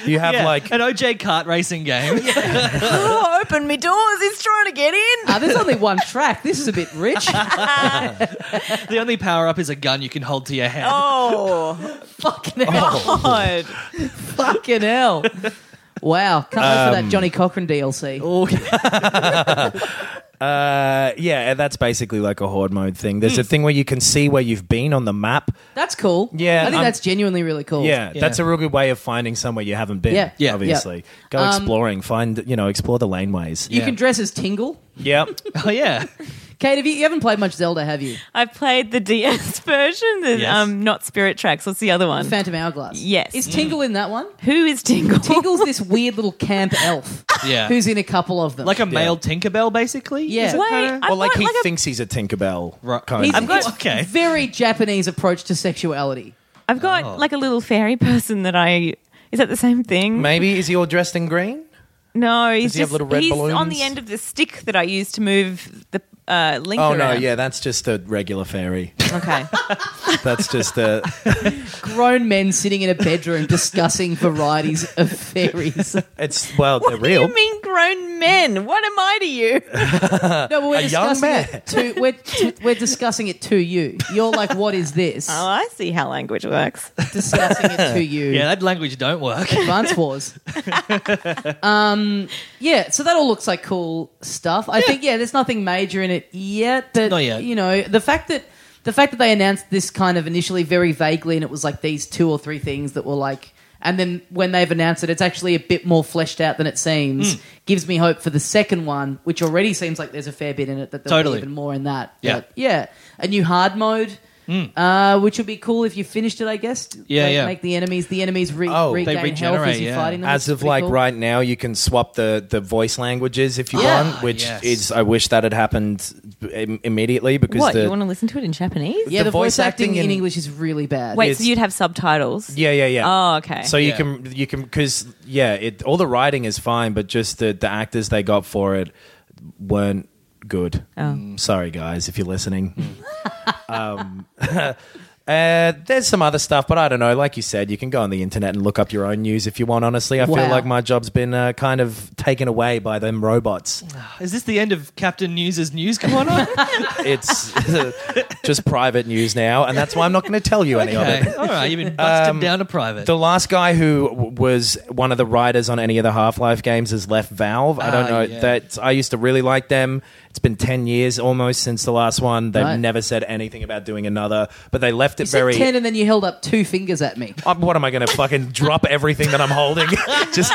you have
Yeah,
like
an OJ kart racing game.
oh, open me doors. He's trying to get in.
Ah, there's only one track. This is a bit rich.
The only power up is a gun you can hold to your hand.
Oh,
Fucking hell.
Oh.
God.
Fucking hell. Wow. Can't wait for
Um,
that Johnny Cochran DLC.
oh. uh, yeah and that's basically like a horde mode thing there's
Hmm.
a thing where you can see where you've been on the map
That's cool.
Yeah,
I think
I'm-
that's genuinely really cool.
yeah,
Yeah.
that's a real good way of finding somewhere you haven't been
Yeah.
Yeah. Um,
obviously go exploring find you know explore the laneways
You
Yeah.
can dress as Tingle.
yep
Oh, yeah.
Kate, have you, you haven't played much Zelda, have you?
I played the DS version, the
Yes.
um, not Spirit Tracks. What's the other one?
Phantom Hourglass.
Um, Yes.
Is Tingle in that one?
Who is Tingle?
Tingle's this weird little camp elf
Yeah.
who's in a couple of them.
like a male Tinkerbell, basically?
Yeah.
Is it
Wait,
kinda-
I
well, like
thought,
he
like a-
thinks he's a Tinkerbell.
Right.
kind
He's,
of.
I've got-
it's
okay.
Very Japanese approach to sexuality.
I've got
Oh.
like a little fairy person that I. Is that the same thing?
Maybe is he all dressed in green?
No, he's
he have
just
little red
he's on
balloons?
the end of the stick that I use to move the uh, link.
Oh no,
around.
yeah, Oh, that's just a regular fairy.
Okay.
That's just a
Grown men sitting in a bedroom discussing varieties of fairies.
it's well, they're
what do
real.
you mean, grown men? What am I to you?
No, but we're
A young
discussing
man.
it to we're, to we're discussing it to you. You're like, what is this?
Uh.
Oh, I see how language works.
discussing it to you.
Yeah, that language don't work.
Advance Wars. um, yeah, so that all looks like cool stuff. I think yeah, there's nothing major in it yet, but
Not yet.
you know the fact that the fact that they announced this kind of initially very vaguely, and it was like these two or three things that were like, and then when they've announced it, it's actually a bit more fleshed out than it
Hmm.
seems. Gives me hope for the second one, which already seems like there's a fair bit in it that there'll
Totally.
be even more in that.
Yeah. Hmm.
But, yeah, a new hard mode. Uh, which would be cool if you finished it, I guess.
Yeah,
Like,
yeah.
Make the enemies, the enemies re-
Oh, they
regain health
regenerate,
as you're
yeah.
fighting them.
As
which is
of
pretty
like
cool.
right now, you can swap the, the voice languages if you
Yeah.
want, which
yes.
is I wish that had happened Im- immediately because
What
the
you want to listen to it in Japanese?
Yeah, the,
the
voice
voice
acting,
acting
in
in-
English is really bad.
Wait, so
it's-
you'd have subtitles?
yeah yeah yeah
Oh, okay.
so you
Yeah.
can you can because yeah it all the writing is fine but just the the actors they got for it weren't good.
Oh.
Mm.
Sorry guys if you're listening. Uh, there's some other stuff, but I don't know. Like you said, you can go on the internet and look up your own news if you want. Honestly, I
Wow.
feel like my job's been uh, kind of taken away by them robots.
Is this the end of Captain News' news? Come on up.
It's just private news now, and that's why I'm not going to tell you any of it. Um,
okay. All right, you've been busted down to private.
The last guy who w- was one of the writers on any of the Half Life games has left Valve. I don't
Ah,
know.
yeah.
That I used to really like them. It's been ten years almost since the last one. They've
Right.
never said anything about doing another, but they left
you
it very.
said ten, and then you held up two fingers at me.
Um, what am I going to fucking drop everything that I'm holding? Just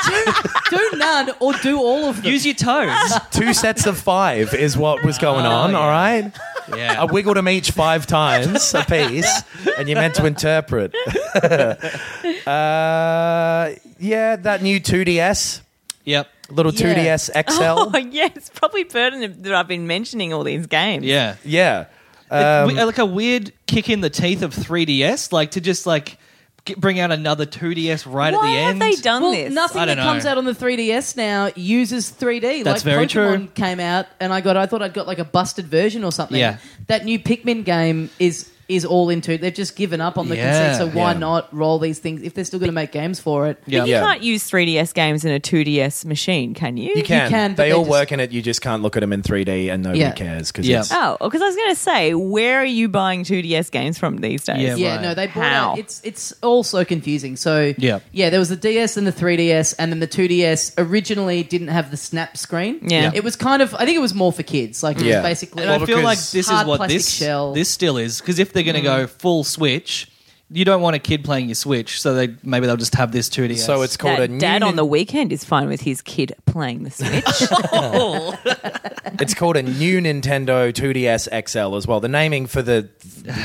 do none or do all of them.
Use your toes.
two sets of five is what was going
Oh,
on. All right, I
yeah.
wiggled them each five times a piece, and you're meant to interpret. uh, yeah, that new 2ds,
Yep.
little
Yeah.
2ds XL.
Oh, yeah, it's probably pertinent that I've been mentioning all these games.
Yeah. uh,
Yeah, Um,
It- we- like a weird kick in the teeth of 3DS, like to just like g- bring out another 2DS right
Why
at the
have
end.
they done
well,
this?
nothing
I
that
don't
comes
know.
out on the 3DS now uses 3D.
That's
like
very
Pokemon
true.
Came out, and I got. I thought I'd got like a busted version or something.
Yeah.
That new Pikmin game is is all into. They've just given up on the
Yeah.
conceit. So why
Yeah.
not roll these things if they're still going to make games for it?
Yeah.
You
Yeah.
can't use 3DS games in a 2DS machine, can you?
You can.
can, but
they,
they
all
just-
work in it. You just can't look at them in 3D and nobody
Yeah.
cares because
Yeah.
it's
Oh, because I was going to say, where are you buying 2DS games from these days?
Yeah.
Yeah,
Right.
no, they brought
How?
out. It's it's all so confusing. So
Yeah.
yeah, there was the DS and the 3DS, and then the 2DS originally didn't have the snap screen.
Yeah. Yeah.
it was kind of. I think it was more for kids. Like it
Yeah.
was basically.
And I feel like
because-
this is
hard
what
plastic
this
shell.
this still is because if they're going to go full Switch, you don't want a kid playing your Switch, so they maybe they'll just have this 2DS.
so it's called a
That dad
new,
on the weekend is fine with his kid playing the Switch.
It's called a new Nintendo 2DS XL as well. The naming for the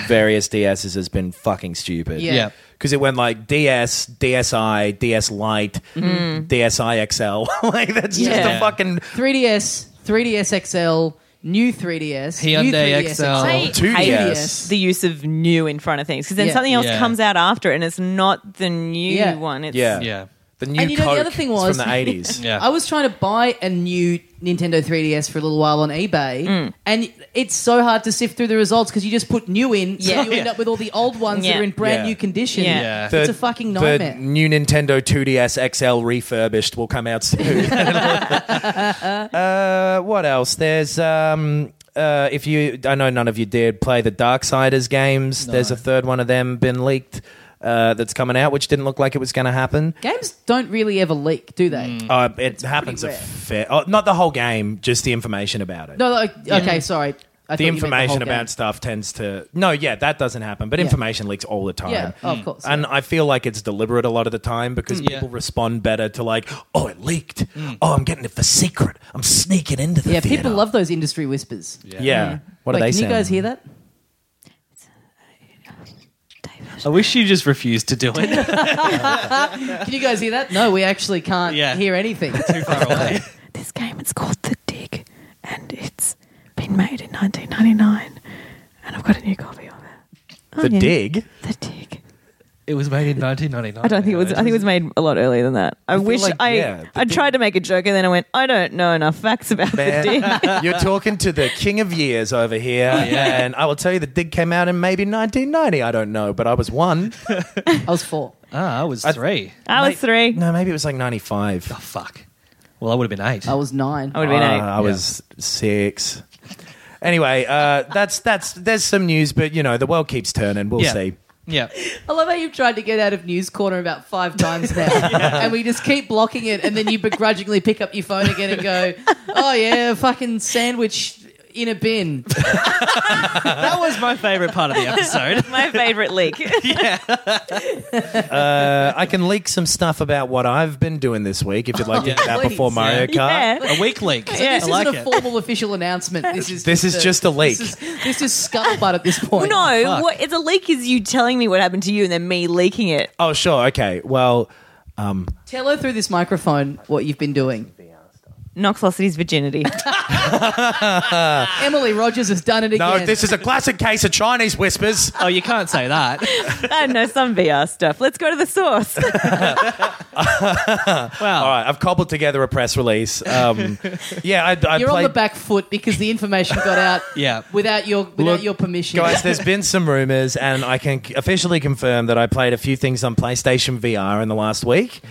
various DSs has been fucking stupid.
Yeah.
yeah.
Because it went like DS, DSi, DS Lite,
Mm-hmm.
DSi XL. like that's just
Yeah.
a fucking
3DS, 3DS XL, new 3DS, new
Hyundai
3DS
XL.
I
Two
hate
DS.
the use of new in front of things because then
Yeah.
something else
Yeah.
comes out after it and it's not the new
Yeah.
one. It's,
yeah,
Yeah.
The new
And you know, the
Coke
other thing
is
was-
from the eighties.
Yeah.
I was trying to buy a new Nintendo 3DS for a little while on eBay,
Mm.
and it's so hard to sift through the results because you just put new in, so
Yeah.
you end up with all the old ones that
Yeah.
are in brand
Yeah.
new condition.
Yeah.
Yeah.
It's a fucking
The
nightmare.
new Nintendo 2DS XL refurbished will come out soon. uh, what else? There's um, uh, if you I know none of you did play the Darksiders games. There's a third one of them been leaked uh, that's coming out, which didn't look like it was going to happen.
Games don't really ever leak, do they?
Mm.
Uh, it happens a
rare.
fair, oh, not the whole game, just the information about it.
No, like, okay, sorry. I thought
the
you meant
information
whole
about
game.
stuff tends to no yeah that doesn't happen but
Yeah.
information leaks all the time
Yeah, oh, of course,
and i feel like it's deliberate a lot of the time because
Mm. Yeah.
people respond better to like oh it leaked oh i'm getting it for secret i'm sneaking into the
Mm. Yeah,
theater."
people love those industry whispers.
yeah, what
Wait,
are they
can
saying
you guys hear that?
I wish you just refused to do it.
Can you guys hear that? No, we actually can't
Yeah.
hear anything.
Too far away.
this game. It's called The Dig, and it's been made in 1999. And I've got a new copy of it.
Oh,
the dig
The Dig.
It was made in 1999.
I don't think it was. I think it was made a lot earlier than that. I, wish
like,
I.
yeah,
I tried to make a joke and then I went. I don't know enough facts about this. Dig.
Man, you're talking to the king of years over here, and I will tell you the dig came out in maybe 1990. I don't know, but I was one.
I was four.
Ah, I was three.
I was three.
No, maybe it was like 95.
Oh, fuck. Oh. Well, I would have been eight.
I was nine.
I would have been
Uh,
eight.
I was six. Anyway, uh, that's that's there's some news, but you know the world keeps turning. We'll
yeah.
see.
Yeah.
I love how you've tried to get out of News Corner about five times now, and we just keep blocking it, and then you begrudgingly pick up your phone again and go, "Oh yeah, fucking sandwich in a bin."
That was my favorite part of the episode.
My favorite leak.
Uh, I can leak some stuff about what I've been doing this week if you'd like to
Yeah.
get that before
Please.
Mario Kart.
yeah.
A week leak.
Yeah.
This
I like
isn't
it.
a formal official announcement. This is
This is just a leak.
This is, this is scuttlebutt at this point.
No, what, it's a leak. Is you telling me what happened to you and then me leaking it?
Oh sure, okay. Well,
Tell her through this microphone what you've been doing.
Knox lost his virginity.
Emily Rogers has done it
no,
again.
oh, this is a classic case of Chinese whispers.
Oh, you can't say that.
I know some VR stuff. Let's go to the source.
Wow.
Oh.
All right, I've cobbled together a press release. Um, yeah, I, I
You're on
played.
the back foot because the information got out
Yeah.
without your without
Look,
your permission.
Guys, there's been some rumors, and I can officially confirm that I played a few things on PlayStation VR in the last week,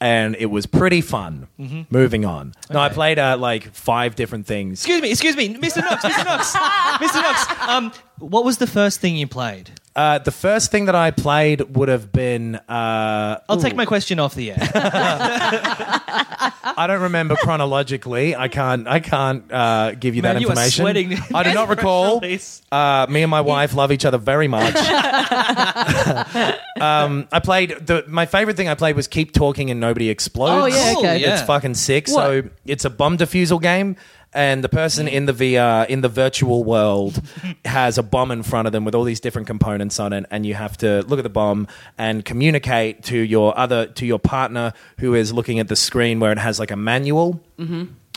and it was pretty fun.
Mm-hmm.
Moving on. No, I played uh, like five different things.
Excuse me, excuse me, Mr. Knox, Mr. Knox, Mr. Knox. Um, what was the first thing you played?
Uh, the first thing that I played would have been uh,
I'll take my question off the air.
I don't remember chronologically. I can't. I can't uh, give you
Man,
that
you are
information.
sweating.
I do not
Press
recall.
release.
Uh, me and my wife love each other very much. um, I played the. My favorite thing I played was Keep Talking and Nobody Explodes.
Oh, yeah, okay.
Cool, yeah.
It's fucking sick. So it's a bomb defusal game. And the person in the VR, in the virtual world, has a bomb in front of them with all these different components on it, and you have to look at the bomb and communicate to your other to your partner who is looking at the screen where it has like a manual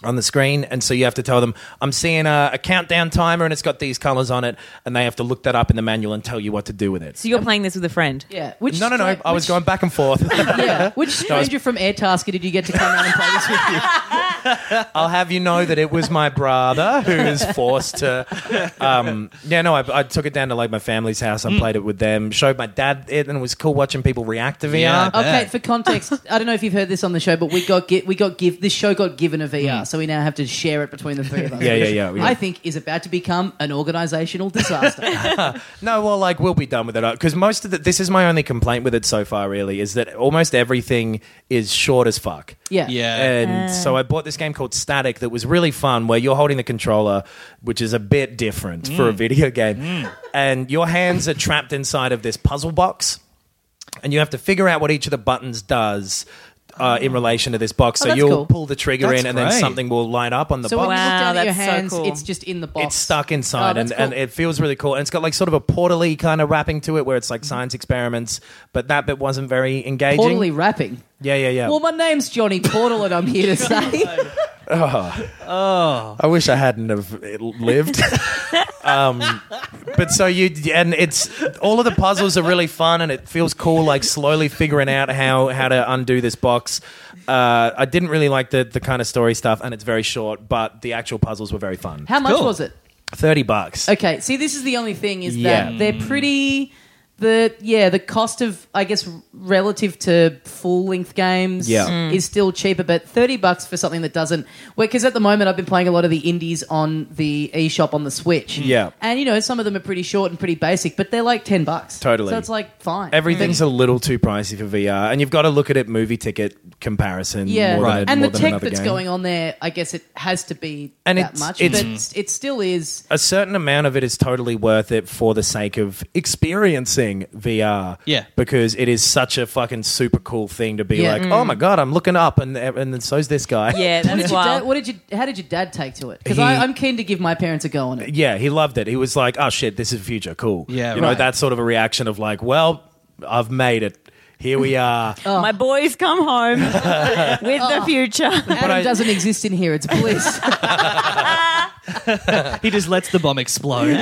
on the screen, and so you have to tell them, "I'm seeing a, a countdown timer, and it's got these colors on it," and they have to look that up in the manual and tell you what to do with it.
So you're playing this with a friend.
Yeah. Which
no, no, no.
stra-
I was
which-
going back and forth.
Yeah. Which stranger from Airtasker did you get to come out and play this with you?
I'll have you know that it was my brother who is forced to. Um, yeah, no, I, I took it down to like my family's house. I played it with them. Showed my dad it, and it was cool watching people react to VR.
Yeah. Oh,
Okay,
Yeah.
for context, I don't know if you've heard this on the show, but we got gi- we got give this show got given a VR, so we now have to share it between the three of us.
Mm. Yeah, yeah,
which
yeah, yeah.
I think is about to become an organisational disaster.
No, well, like we'll be done with it because most of the, this is my only complaint with it so far. Really, is that almost everything is short as fuck.
yeah,
Yeah.
And so I bought this game called Static that was really fun, where you're holding the controller, which is a bit different for
Mm.
a video game, and your hands are trapped inside of this puzzle box, and you have to figure out what each of the buttons does. Uh, in relation to this box, so
Oh, that's
you'll
cool.
pull the trigger
That's
in, and
great.
then something will light up on the
So
box.
when you look
Wow,
down at your
that's so
hands,
cool.
it's just in the box.
It's stuck
Oh,
inside,
that's
and, and
cool.
it feels really cool. And it's got like sort of a portally kind of wrapping to it, where it's like science experiments, but that bit wasn't very engaging.
Mm-hmm. Portally rapping.
Yeah, yeah, yeah.
Well, my name's Johnny Portal, and I'm here to say
I wish I hadn't have uh, lived. um, but so you and it's all of the puzzles are really fun, and it feels cool. Like slowly figuring out how how to undo this box. Uh, I didn't really like the the kind of story stuff, and it's very short. But the actual puzzles were very fun.
how much
Cool.
was it?
Thirty bucks.
Okay, see, this is the only thing is
Yeah.
that they're pretty. The yeah, the cost of I guess relative to full length games
Yeah. Mm.
is still cheaper, but thirty bucks for something that doesn't. Because at the moment, I've been playing a lot of the indies on the eShop on the Switch.
Yeah.
and you know some of them are pretty short and pretty basic, but they're like ten bucks.
Totally.
so it's like fine. Mm.
Everything's a little too pricey for VR, and you've got to look at it movie ticket comparison.
yeah,
more than,
and
more
the
than
tech
another
that's
game.
going on there, I guess it has to be
And
that
it's-
much,
it's-
but it's- it still is.
a certain amount of it is totally worth it for the sake of experiencing VR.
Yeah.
Because it is such a fucking super cool thing to be
Yeah.
like, oh my God, I'm looking up and and then so's this guy.
Yeah,
What
that's
did, your dad,
wild.
what did you? How did your dad take to it? Because
He-
I'm keen to give my parents a go on it.
Yeah, he loved it. He was like, oh shit, this is the future. Cool.
Yeah,
You know,
right.
that sort of a reaction of like, well, I've made it. Here we are.
My boys come home with
Oh.
the future.
Adam
I-
doesn't exist in here. It's bliss.
He just lets the bomb explode.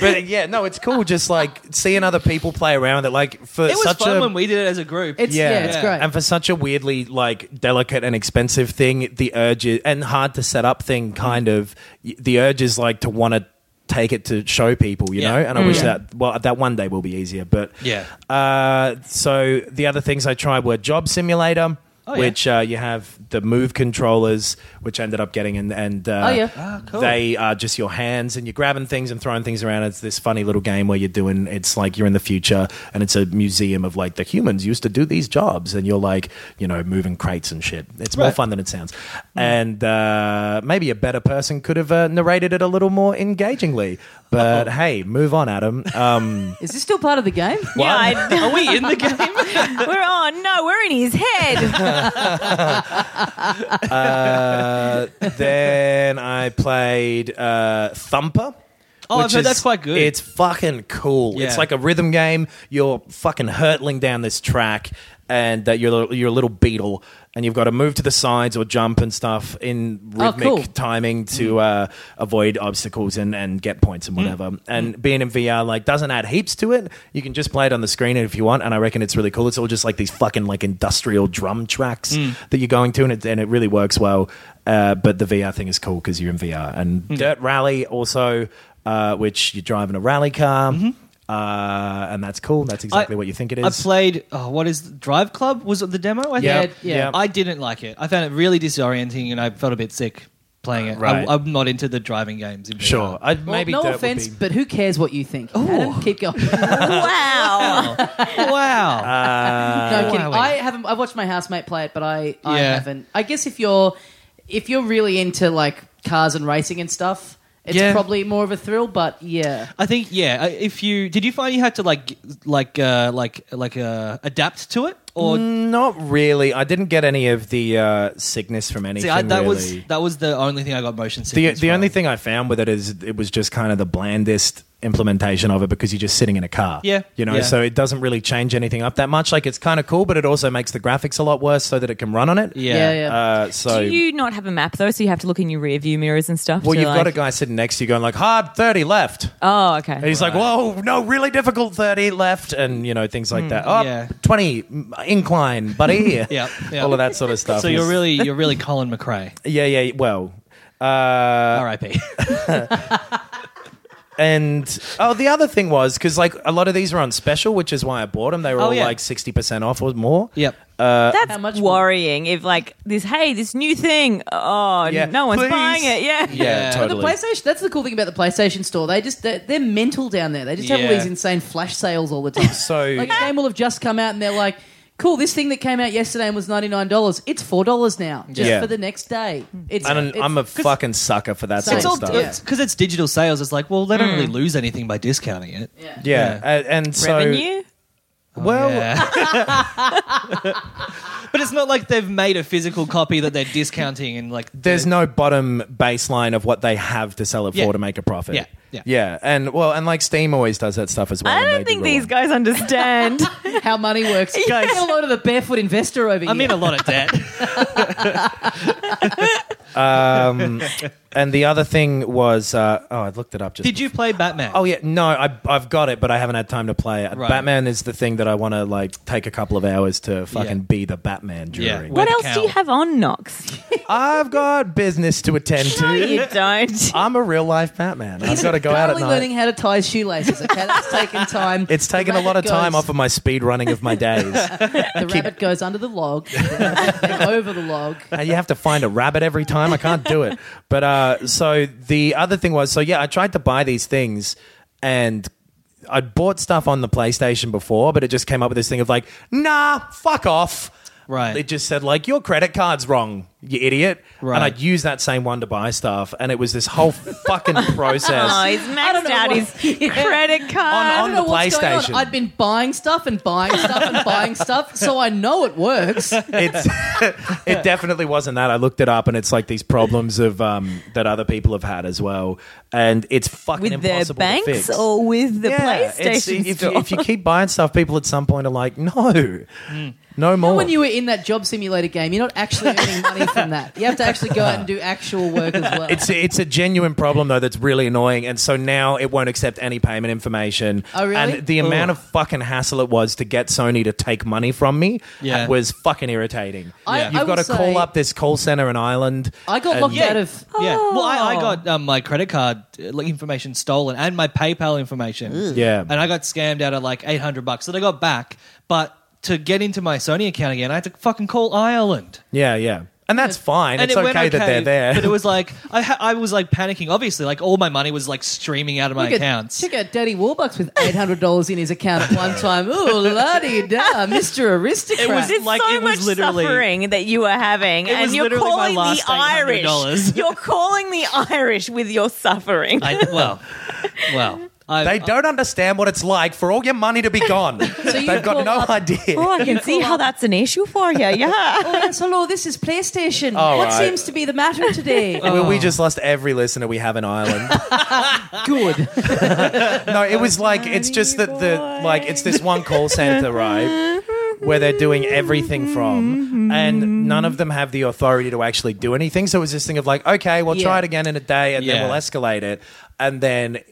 but yeah, no, it's cool just like seeing other people play around with it. Like for
it was
such
fun
a
when we did it as a group.
It's, yeah.
Yeah.
it's great.
And for such a weirdly like delicate and expensive thing, the urge is, and hard to set up thing,
Mm.
kind of y- the urge is like to want to take it to show people, you
Yeah. Mm.
know. And I wish that well that one day will be easier, but
Yeah.
Uh, so the other things I tried were Job Simulator.
Oh, yeah.
which uh, you have the move controllers, which I ended up getting, and, and uh,
Oh, yeah.
Ah, cool.
they are just your hands, and you're grabbing things and throwing things around. It's this funny little game where you're doing. It's like you're in the future, and it's a museum of like the humans used to do these jobs, and you're like, you know, moving crates and shit. It's more
Right.
fun than it sounds,
Mm.
and uh, maybe a better person could have uh, narrated it a little more engagingly. But hey, move on, Adam. Um,
Is this still part of the game?
Yeah, I-
Are we in the game?
we're on. No, we're in his head.
uh, then I played uh, Thumper.
Oh, I've
which
heard
is-
that's quite good.
It's fucking cool.
Yeah.
It's like a rhythm game. You're fucking hurtling down this track, and that you're you're a little beetle, and you've got to move to the sides or jump and stuff in
Oh,
rhythmic
cool.
timing to uh, avoid obstacles and, and get points and whatever. And being in VR like doesn't add heaps to it. You can just play it on the screen if you want, and I reckon it's really cool. It's all just like these fucking like industrial drum tracks that you're going to, and it and it really works well. Uh, but the VR thing is cool because you're in VR. And Dirt Rally also, uh, which you're driving a rally car. Uh, and that's cool. That's exactly what you think it is.
I played. Oh, what is Drive Club? Was it the demo? I
Yeah,
think.
Yeah, yeah.
I didn't like it. I found it really disorienting, and I felt a bit sick playing it.
Right.
I, am not into the driving games. In VR.
sure. I,
Well,
maybe
no
Dirt would
offense,
be-
but who cares what you think? Adam, keep going.
wow.
wow.
Uh,
no, I'm kidding.
Wowie.
I haven't. I watched my housemate play it, but I, I
Yeah.
haven't. I guess if you're if you're really into like cars and racing and stuff, it's
Yeah.
probably more of a thrill. But yeah,
I think yeah. I- If you did, you find you had to like g- like uh, like like uh, adapt to it, or
Not really. I didn't get any of the uh, sickness from anything.
see, I, that
really.
was that was the only thing I got motion
the
sickness.
the
from.
only thing I found with it is it was just kind of the blandest implementation of it because you're just sitting in a car.
Yeah.
You know,
Yeah.
so it doesn't really change anything up that much. Like it's kind of cool, but it also makes the graphics a lot worse so that it can run on it.
Yeah.
yeah, yeah.
Uh, so
Do you not have a map though, so you have to look in your rear view mirrors and stuff?
well,
to,
you've got a
like-
guy sitting next to you going like hard thirty left.
Oh, okay.
And he's like, whoa, no, really difficult 30 left. And, you know, things like that. Up
Hmm, yeah.
20, mm, incline, buddy.
Yeah, yeah.
All of that sort of stuff.
So you're really you're really Colin McRae.
Yeah, yeah, well. Uh,
R.I.P.
and oh, the other thing was because like a lot of these were on special, which is why I bought them. They were
Oh,
all
yeah.
like sixty percent off or more.
yep.
That's
How much-
worrying. If like this, hey, this new thing. Oh,
Yeah.
no one's
Please.
buying it. Yeah.
Yeah.
yeah,
But the
the
totally.
PlayStation. That's the cool thing about the PlayStation store. They just they're, they're mental down there. They just have all
Yeah.
these insane flash sales all the time.
So-
like a game will have just come out and they're like, "Cool, this thing that came out yesterday and was ninety nine dollars. It's four dollars now just
Yeah.
for the next day." It's
I don't,
it's-
I'm a fucking sucker for that sort
It's
It's
of
all
stuff.
yeah. Mm.
because it's digital sales. It's like, well, they don't really lose anything by discounting it.
yeah, a- and so
Revenue.
well,
Oh, but it's not like they've made a physical copy that they're discounting and like
there's no bottom baseline of what they have to sell it
Yeah.
for to make a profit.
Yeah, yeah.
and well, and like Steam always does that stuff as well.
I
and
don't
they
think
do really
these
well.
guys understand.
how money works. Guys, a load of the barefoot investor over
I'm
here.
in a lot of debt.
And the other thing was, uh, oh, I looked it up just.
Did you play Batman?
Oh yeah, no, I, I've got it, but I haven't had time to play it.
Right.
Batman is the thing that I want to like take a couple of hours to fucking
Yeah.
be the Batman
Yeah.
during.
what
Wet
else
cow.
do you have on Knox?
I've got business to attend
no,
to.
you don't.
I'm a real life Batman. I've got to go out at
Currently
night.
learning how to tie his shoelaces. Okay, that's taken time.
it's taken a lot of time off of my speed running of my days.
The rabbit goes under the log, over the log.
Uh, you have to find a rabbit every time. I can't do it. But uh, so the other thing was, so yeah, I tried to buy these things and I'd bought stuff on the PlayStation before, but it just came up with this thing of like, nah, fuck off.
Right.
It just said like, your credit card's wrong, you idiot.
Right.
And I'd use that same one to buy stuff. And it was this whole fucking process.
Oh, he's maxed
know
out
what-
his credit card.
I
on
don't know
the
what's going
PlayStation.
on. I'd been buying stuff and buying stuff and buying stuff, so I know it works.
it's it definitely wasn't that. I looked it up, and it's like these problems of um, that other people have had as well, and it's fucking
with the
impossible to
banks
fix.
or with the
it's- uh,
PlayStation
if,
store. Hmm.
if you keep buying stuff, people at some point are like, no, no more.
When you were in that job simulator game, you're not actually earning money from that. You have to actually go out and do actual work as well.
it's a, it's a genuine problem though that's really annoying, and so now it won't accept any payment information.
Oh, really?
And the amount of fucking hassle it was to get Sony to take money from me
Yeah.
was fucking irritating.
I- I
You've got to
would say-
call up this call center in Ireland.
I got
and-
locked
Yeah.
out of.
Yeah. Well, I, I
Oh.
got um, my credit card uh, like, information stolen and my PayPal information.
Yeah.
And I got scammed out of like 800 bucks that I got back. But to get into my Sony account again, I had to fucking call Ireland.
Yeah, yeah. And that's fine.
And
it's
it
okay,
went
that they're there.
But it was like, I, ha- I was like panicking, obviously. Like all my money was like streaming out of my
Look at-
accounts.
Check out Daddy Warbucks with eight hundred dollars in his account at one time. Ooh, la di da, Mister Aristocrat.
It was
There's
like
so
it was
much
literally-
suffering that you were having, and
was
you're
literally my
calling the
last
Irish.
$800.
You're calling the Irish with your suffering.
I, well, well. I,
they don't understand what it's like for all your money to be gone.
you
They've
call
got no
up-
idea.
oh, I can see how that's an issue for you. Yeah.
Oh, yes, hello. This is PlayStation.
All
what
right.
seems to be the matter today?
We- We just lost every listener we have in Ireland.
Good.
No, it was like it's just that the like it's this one call center, right? Where they're doing everything from, and none of them have the authority to actually do anything. So it was this thing of like, okay, we'll
Yeah.
try it again in a day, and
Yeah.
then we'll escalate it, and then. eh,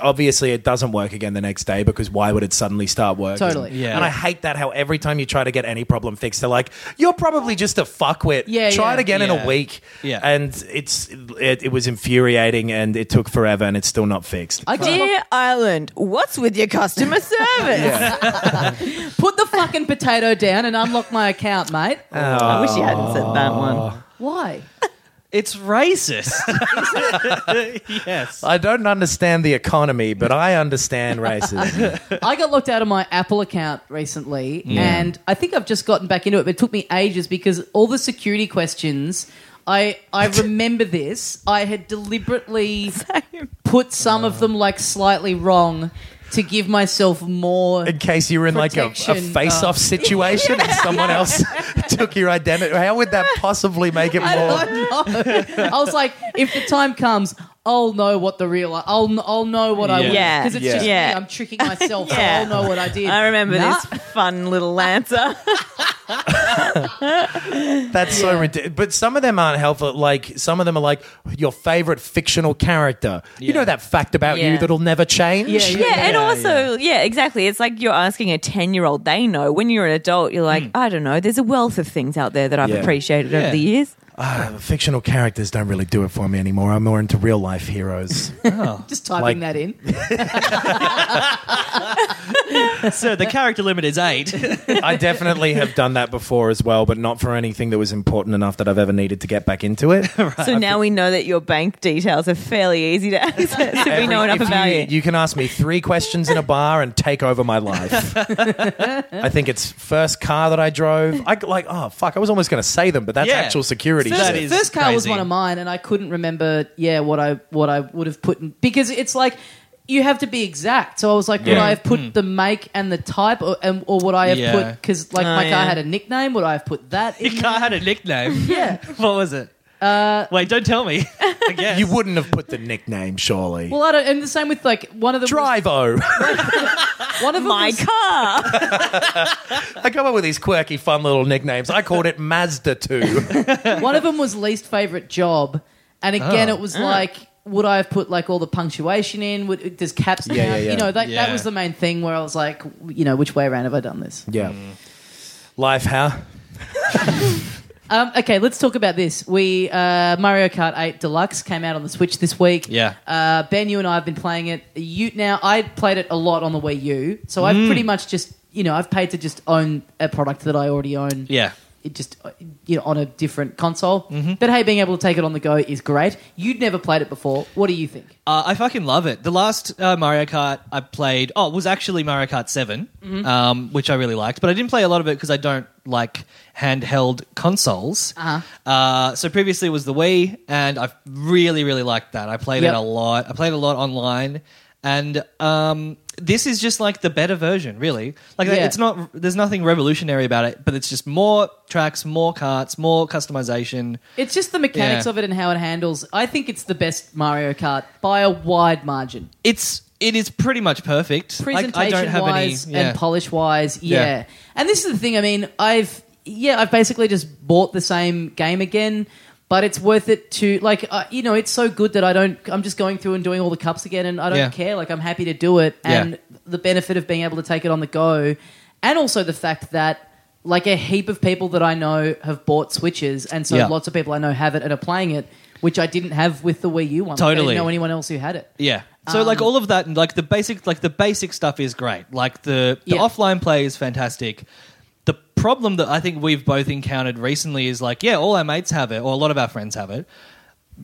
Obviously, it doesn't work again the next day because why would it suddenly start working?
Totally.
Yeah.
And I hate that how every time you try to get any problem fixed, they're like, "You're probably just a fuckwit.
Yeah,
try
yeah.
it again in
Yeah.
a week."
Yeah.
And it's it, it was infuriating, and it took forever, and it's still not fixed.
I got
Dear Ireland, what's with your customer service?
put the fucking potato down and unlock my account, mate.
I wish you hadn't said that one.
Why?
It's racist. yes.
I don't understand the economy, but I understand racism.
I got locked out of my Apple account recently, and I think I've just gotten back into it, but it took me ages because all the security questions. I, I remember this. I had deliberately put some of them like slightly wrong to give myself more.
In case you were in like a, a
Protection,
face-off situation and someone else took your identity, how would that possibly make it
I
more?
don't know. I was like, if the time comes, I'll know what the real. I'll kn- I'll know what I was
Yeah.
because it's
Yeah.
just
Yeah.
me. I'm tricking myself. so
Yeah.
I'll know what I did.
I remember
Nah.
this fun little answer.
That's so ridiculous. But some of them aren't helpful. Like some of them are like your favorite fictional character. You know that fact about
Yeah.
you that'll never change.
Yeah, yeah.
yeah, and also, yeah. exactly. It's like you're asking a 10 year old, they know. When you're an adult, you're like, I don't know, there's a wealth of things out there that I've
Yeah.
appreciated over
Yeah.
the years.
Ah, fictional characters don't really do it for me anymore. I'm more into real life heroes.
Just typing
like-
that in.
so the character limit is eight.
I definitely have done that before as well, but not for anything that was important enough that I've ever needed to get back into it.
Oh,
So now we know that your bank details are fairly easy to access if we
Every-
know enough
if
about
you,
you.
You can ask me three questions in a bar and take over my life. I think it's first car that I drove. I like, oh fuck, I was almost going to say them, but that's
Yeah.
actual security.
That
shit.
is
first car was
crazy.
one of mine, and I couldn't remember. Yeah, what I what I would have put in because it's like you have to be exact. So I was like, would
Yeah.
I have put
Hmm.
the make and the type, or, and, or would I have
Yeah.
put because like
Oh,
my car
yeah.
had a nickname? Would I have put that?
Your
in
car
there?
had a nickname.
Yeah.
What was it? Uh, Wait, don't tell me. I guess.
You wouldn't have put the nickname, surely.
Well, I don't. And the same with like one of them. was-
Drivo.
One of them
My
was-
car.
I come up with these quirky, fun little nicknames. I called it Mazda 2.
One of them was least favorite job, and again, it
Oh.
was like, would I have put like all the punctuation in? Would, does caps?
Yeah, yeah,
count?
yeah.
You know, that,
Yeah.
that was the main thing where I was like, you know, which way around have I done this?
yeah. Life how?
Um, okay, let's talk about this. We uh, Mario Kart Eight Deluxe came out on the Switch this week.
Yeah.
Uh, ben, you and I have been playing it. You now I played it a lot on the Wii U, so
Mm.
I've pretty much just you know I've paid to just own a product that I already own.
yeah. Mm-hmm.
It just uh, you know on a different console. But hey, being able to take it on the go is great. You'd never played it before. What do you think?
Uh, I fucking love it. The last uh, Mario Kart I played, oh, it was actually Mario Kart 7,
Mm-hmm.
um, which I really liked, but I didn't play a lot of it because I don't like handheld consoles. Uh-huh. so previously it was the Wii, and I really, really liked that. I played
Yep.
it a lot. I played a lot online, and um, this is just like the better version, really. Like,
Yeah.
it's not, there's nothing revolutionary about it, but it's just more tracks, more carts, more customization.
It's just the mechanics
Yeah.
of it and how it handles. I think it's the best Mario Kart by a wide margin.
It's, it is pretty much perfect. Like,
presentation
I don't have
wise
any, yeah.
and polish wise. Yeah.
Yeah.
and this is the thing. I mean, I've yeah, I've basically just bought the same game again. But it's worth it to like uh, you know it's so good that I don't I'm just going through and doing all the cups again and I don't
Yeah.
care like I'm happy to do it
Yeah.
and the benefit of being able to take it on the go and also the fact that like a heap of people that I know have bought switches and so
Yeah.
lots of people I know have it and are playing it which I didn't have with the Wii U one Like, I
Totally.
didn't know anyone else who had it
Yeah. So like
Um,
all of that, and like the basic, like the basic stuff is great. Like the the
Yeah.
offline play is fantastic. The problem that I think we've both encountered recently is like, yeah, all our mates have it, or a lot of our friends have it.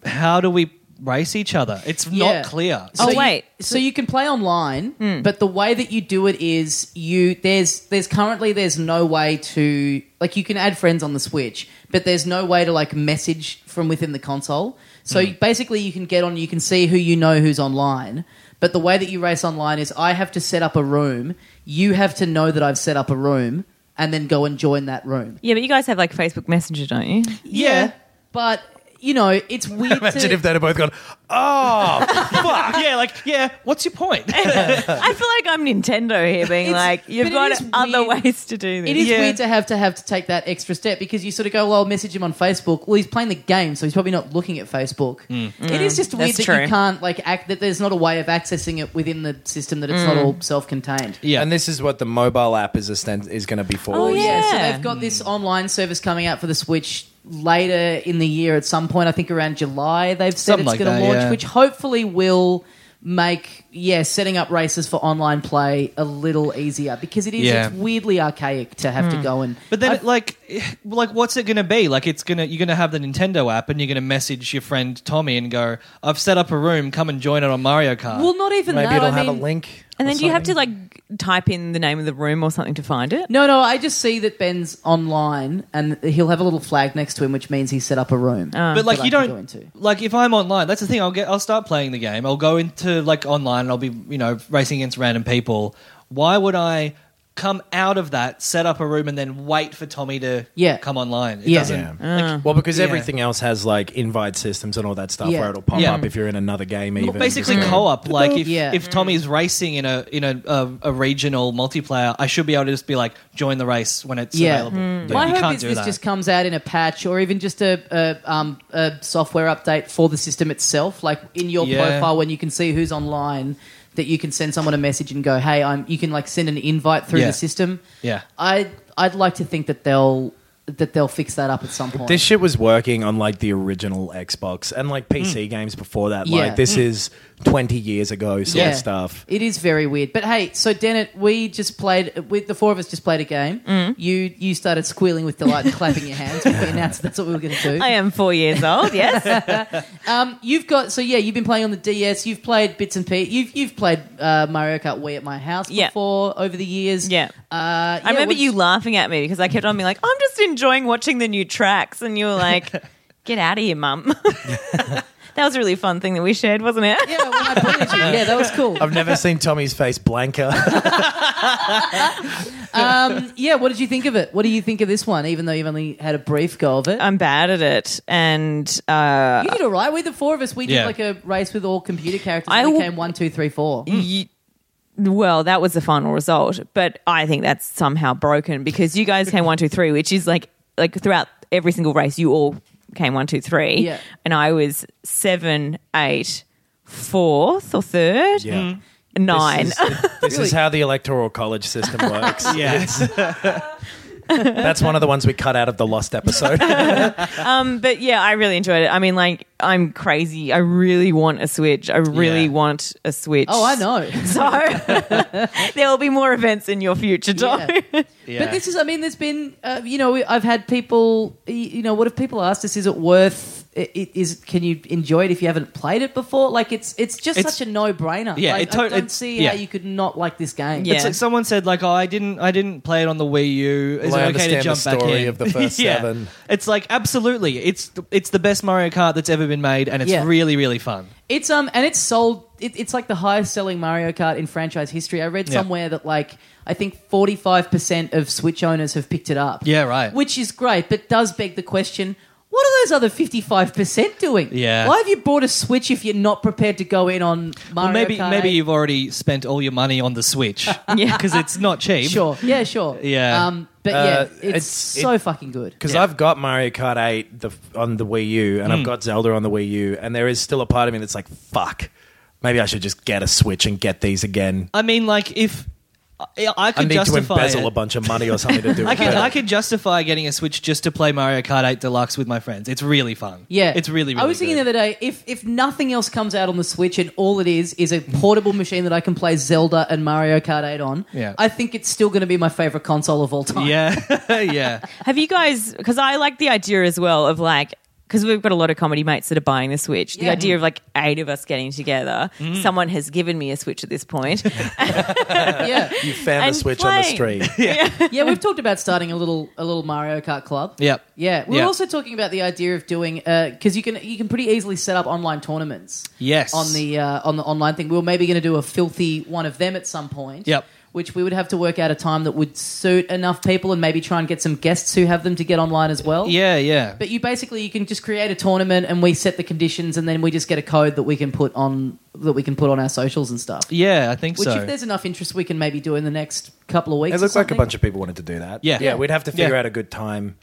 How do we race each other? It's
Yeah.
not clear.
So
Oh,
you-
wait.
so you can play online, but the way that you do it is you there's there's currently there's no way to like you can add friends on the Switch, but there's no way to like message from within the console. So you- basically, you can get on, you can see who you know who's online. But the way that you race online is I have to set up a room, you have to know that I've set up a room, and then go and join that room.
Yeah, but you guys have like Facebook Messenger, don't you?
Yeah.
but you know it's weird.
Imagine
to,
if they'd have both gone, oh, fuck.
yeah, like yeah. What's your point?
I feel like I'm Nintendo here, being
It's-
like, you've
but it
got
is
other
weird.
ways to do this.
It is
Yeah.
weird to have to have to take that extra step because you sort of go, well, I'll message him on Facebook. Well, he's playing the game, so he's probably not looking at Facebook.
Hmm.
It is just weird
That's
that
true.
you can't like act that there's not a way of accessing it within the system that it's
Hmm.
not all self-contained.
Yeah.
And this is what the mobile app is, osten- is going to be for.
Oh, yeah.
So they've got this online service coming out for the Switch later in the year at some point. I think around July they've said
Something
it's
like
going
that,
to launch,
yeah.
which hopefully will make yeah setting up races for online play a little easier because it is
Yeah.
it's weirdly archaic to have
Hmm.
to go and
But then,
I-
it, like, like, what's it going to be? Like, it's gonna you're gonna have the Nintendo app, and you're gonna message your friend Tommy and go, "I've set up a room. Come and join it on Mario Kart."
well not even
Maybe
that
it'll
I
have
mean,
a link.
And
or
then do you have to
something.
like type in the name of the room or something to find it?
No, no, I just see that Ben's online and he'll have a little flag next to him, which means he's set up a room.
but like
that I
you
can
don't
go into.
like if I'm online, that's the thing. I'll get I'll start playing the game. I'll go into like online and I'll be you know racing against random people. Why would I come out of that, set up a room, and then wait for Tommy to
Yeah.
come online. It
Yeah.
doesn't.
Yeah. well, because
yeah.
everything else has like invite systems and all that stuff
Yeah.
where it'll pop
Yeah.
up if you're in another game. Even
Well, basically
Just-
co-op. Like if
Yeah.
if Tommy's racing in a in a, a a regional multiplayer, I should be able to just be like join the race when it's
Yeah.
available. But
My
Hmm. you
hope
can't
is
do
this
that.
just comes out in a patch or even just a, a, um, a software update for the system itself. Like in your
Yeah.
profile, when you can see who's online, that you can send someone a message and go, "Hey, I'm." You can like send an invite through
Yeah.
the system.
Yeah.
I I'd like to think that they'll that they'll fix that up at some point.
This shit was working on like the original Xbox and like PC games before that.
Hmm. Yeah. Hmm.
Like this is 20 years ago sort
Yeah.
of stuff.
It is very weird. But hey, so Dennett, we just played. We, the four of us just played a game.
Mm.
You you started squealing with delight and clapping your hands when we announced that's what we were going to do.
I am four years old. Yes,
You've got so yeah. You've been playing on the DS. You've played bits and pieces. You've you've played uh, Mario Kart Wii at my house
Yeah.
before over the years.
yeah.
Uh, yeah,
I remember
what's-
you laughing at me because I kept on being like, "I'm just enjoying watching the new tracks," and you were like, "Get out of here, mum." that was a really fun thing that we shared, wasn't it?
Yeah, when I pointed at you. yeah, that was cool.
I've never seen Tommy's face blanker.
Um, yeah, what did you think of it? What do you think of this one? Even though you've only had a brief go of it,
I'm bad at it, and uh,
you did all right. We the four of us, we did
Yeah.
like a race with all computer characters.
I
and we
will-
came one, two, three, four.
y- well, that was the final result, but I think that's somehow broken because you guys came one, two, three, which is like like throughout every single race, you all came one, two, three,
Yeah.
and I was seven, eight, fourth or third,
Yeah.
nine.
This, is, this is how the electoral college system works.
Yes.
That's one of the ones we cut out of the lost episode.
Um, but yeah, I really enjoyed it. I mean, like, I'm crazy. I really want a Switch. I really
Yeah.
want a Switch.
Oh, I know.
So there will be more events in your future, Tom.
Yeah. But this is, I mean, there's been, uh, you know, we- I've had people, y- you know, what if people asked us, is it worth? i- i- Is can you enjoy it if you haven't played it before? Like it's it's just
It's-
such a no brainer.
Yeah,
like,
it tot-
I don't
it's-
see
yeah.
how you could not like this game.
Yeah.
It's like someone said, like, oh, I didn't, I didn't play it on the Wii U. Is
Well, I
it okay to
understand
jump
the story
back in?
of the first
yeah.
seven.
It's like absolutely, it's th- it's the best Mario Kart that's ever been made, and it's
Yeah.
really really fun.
It's um and it's sold. It, it's like the highest selling Mario Kart in franchise history. I read
Yeah.
somewhere that like I think forty five percent of Switch owners have picked it up.
Yeah, right.
Which is great, but does beg the question: What are those other fifty five percent doing?
Yeah.
why have you bought a Switch if you're not prepared to go in on Mario
Well, maybe
Kart
maybe
8?
you've already spent all your money on the Switch, yeah, because it's not cheap.
sure, yeah, sure,
Yeah.
Um, but
Uh,
yeah, it's,
it's-
so
it-
fucking good.
Because I've got Mario Kart 8 the, on the Wii U
Hmm.
and I've got Zelda on the Wii U, and there is still a part of me that's like, fuck, maybe I should just get a Switch and get these again.
I mean, like if I, I
I
could
need to
justify
embezzle
it.
a bunch of money or something to do
I
it.
could
but-
I could justify getting a Switch just to play Mario Kart 8 Deluxe with my friends. It's really fun.
Yeah,
it's really. really
I was thinking
good.
the other day if if nothing else comes out on the Switch and all it is is a portable machine that I can play Zelda and Mario Kart 8 on.
Yeah.
I think it's still going to be my favorite console of all time.
Yeah, yeah.
Have you guys, because I like the idea as well of like, because we've got a lot of comedy mates that are buying the Switch. The
Yeah.
idea of like eight of us getting together.
Mm.
Someone has given me a Switch at this point.
yeah,
you found a
and
Switch on
playing.
the street.
yeah. We've talked about starting a little a little Mario Kart club.
Yep.
Yeah, we were
Yeah.
also talking about the idea of doing because you can you can pretty easily set up online tournaments.
Yes.
on the uh, on the online thing, we were maybe going to do a filthy one of them at some point.
Yep.
Which we would have to work out a time that would suit enough people, and maybe try and get some guests who have them to get online as well.
Yeah, yeah.
But you basically you can just create a tournament, and we set the conditions, and then we just get a code that we can put on that we can put on our socials and stuff.
yeah, I think
Which,
so.
if there's enough interest, we can maybe do in the next couple of weeks.
It
or
looked like a
something.
bunch of people wanted to do that.
Yeah.
Yeah, we'd have to figure
Yeah.
out a good time.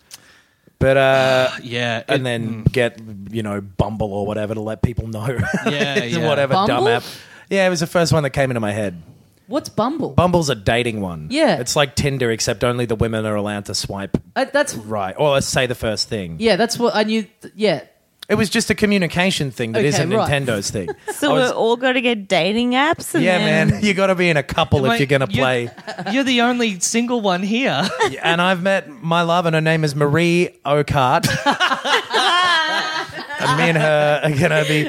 But, uh,
yeah,
and
it- mm.
then get, you know, Bumble or whatever to let people know.
Yeah, yeah.
Whatever dumb
Bumble?
app. Yeah, it was the first one that came into my head.
What's Bumble?
Bumble's a dating one.
Yeah.
It's like Tinder, except only the women are allowed to swipe
Uh, that's
right. Or let's say the first thing.
yeah. That's what I knew. th- yeah.
It was just a communication thing that
Okay, right.
not Nintendo's thing.
so
I was-
we're all going to get dating apps. And
yeah,
then-
man. You got to be in a couple
Mate,
if you're going to
you-
play.
You're the only single one here.
and I've met my love, and her name is Marie Okart. and me and her are gonna be.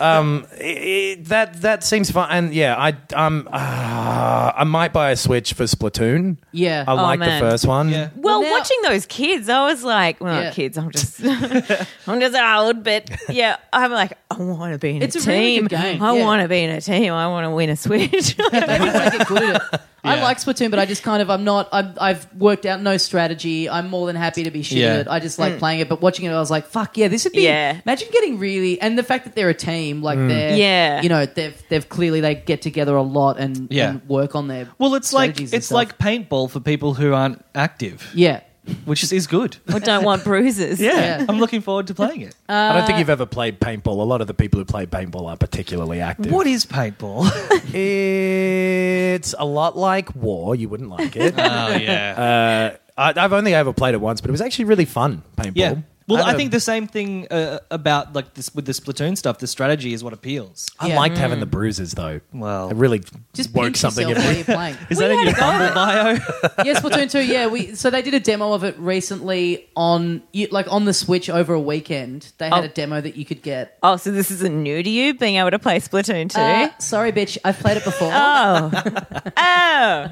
Um, i i that that seems fun, and yeah, I um, uh, I might buy a Switch for Splatoon.
Yeah.
I like
Oh, man.
the first one.
Yeah.
Well,
Now-
watching those kids, I was like, well,
Yeah.
not kids. I'm just, I'm just old, but yeah, I'm like, I want to be in
It's a
a
really
team.
good game,
I
yeah.
want to be in a team. I want to win a switch.
Maybe if I get good at it. I
Yeah.
like Splatoon, but I just kind of I'm not. I'm, I've worked out no strategy. I'm more than happy to be shit
Yeah.
at it. I just like playing it, but watching it, I was like, fuck yeah, this would be.
Mm. Yeah.
Imagine getting really and the fact that they're a team, like
Mm.
they're
Yeah.
you know they've they've clearly they get together a lot and,
Yeah.
and work on their
Well, it's like
strategies and
it's
stuff.
like paintball for people who aren't active,
yeah.
which is, is good.
Or don't want bruises.
Yeah.
I'm looking forward to playing it.
I
Uh,
don't think you've ever played paintball. A lot of the people who play paintball are particularly active.
what is paintball?
It's a lot like war. You wouldn't like it.
oh yeah.
Uh, I, I've only ever played it once, but it was actually really fun paintball.
Yeah. Well, I,
had a-
think the same thing uh, about like this with the Splatoon stuff. The strategy is what appeals.
I
Yeah.
liked having the bruises though.
Well.
it really
Just
woke something in
yourself while
me.
you're playing.
Is that in your Bumble bio?
yes, Splatoon two. Yeah, we so they did a demo of it recently on you- like on the Switch over a weekend. They had
Oh.
a demo that you could get.
Oh, so this isn't new to you, being able to play Splatoon 2?
Uh, sorry, bitch, I've played it before.
oh,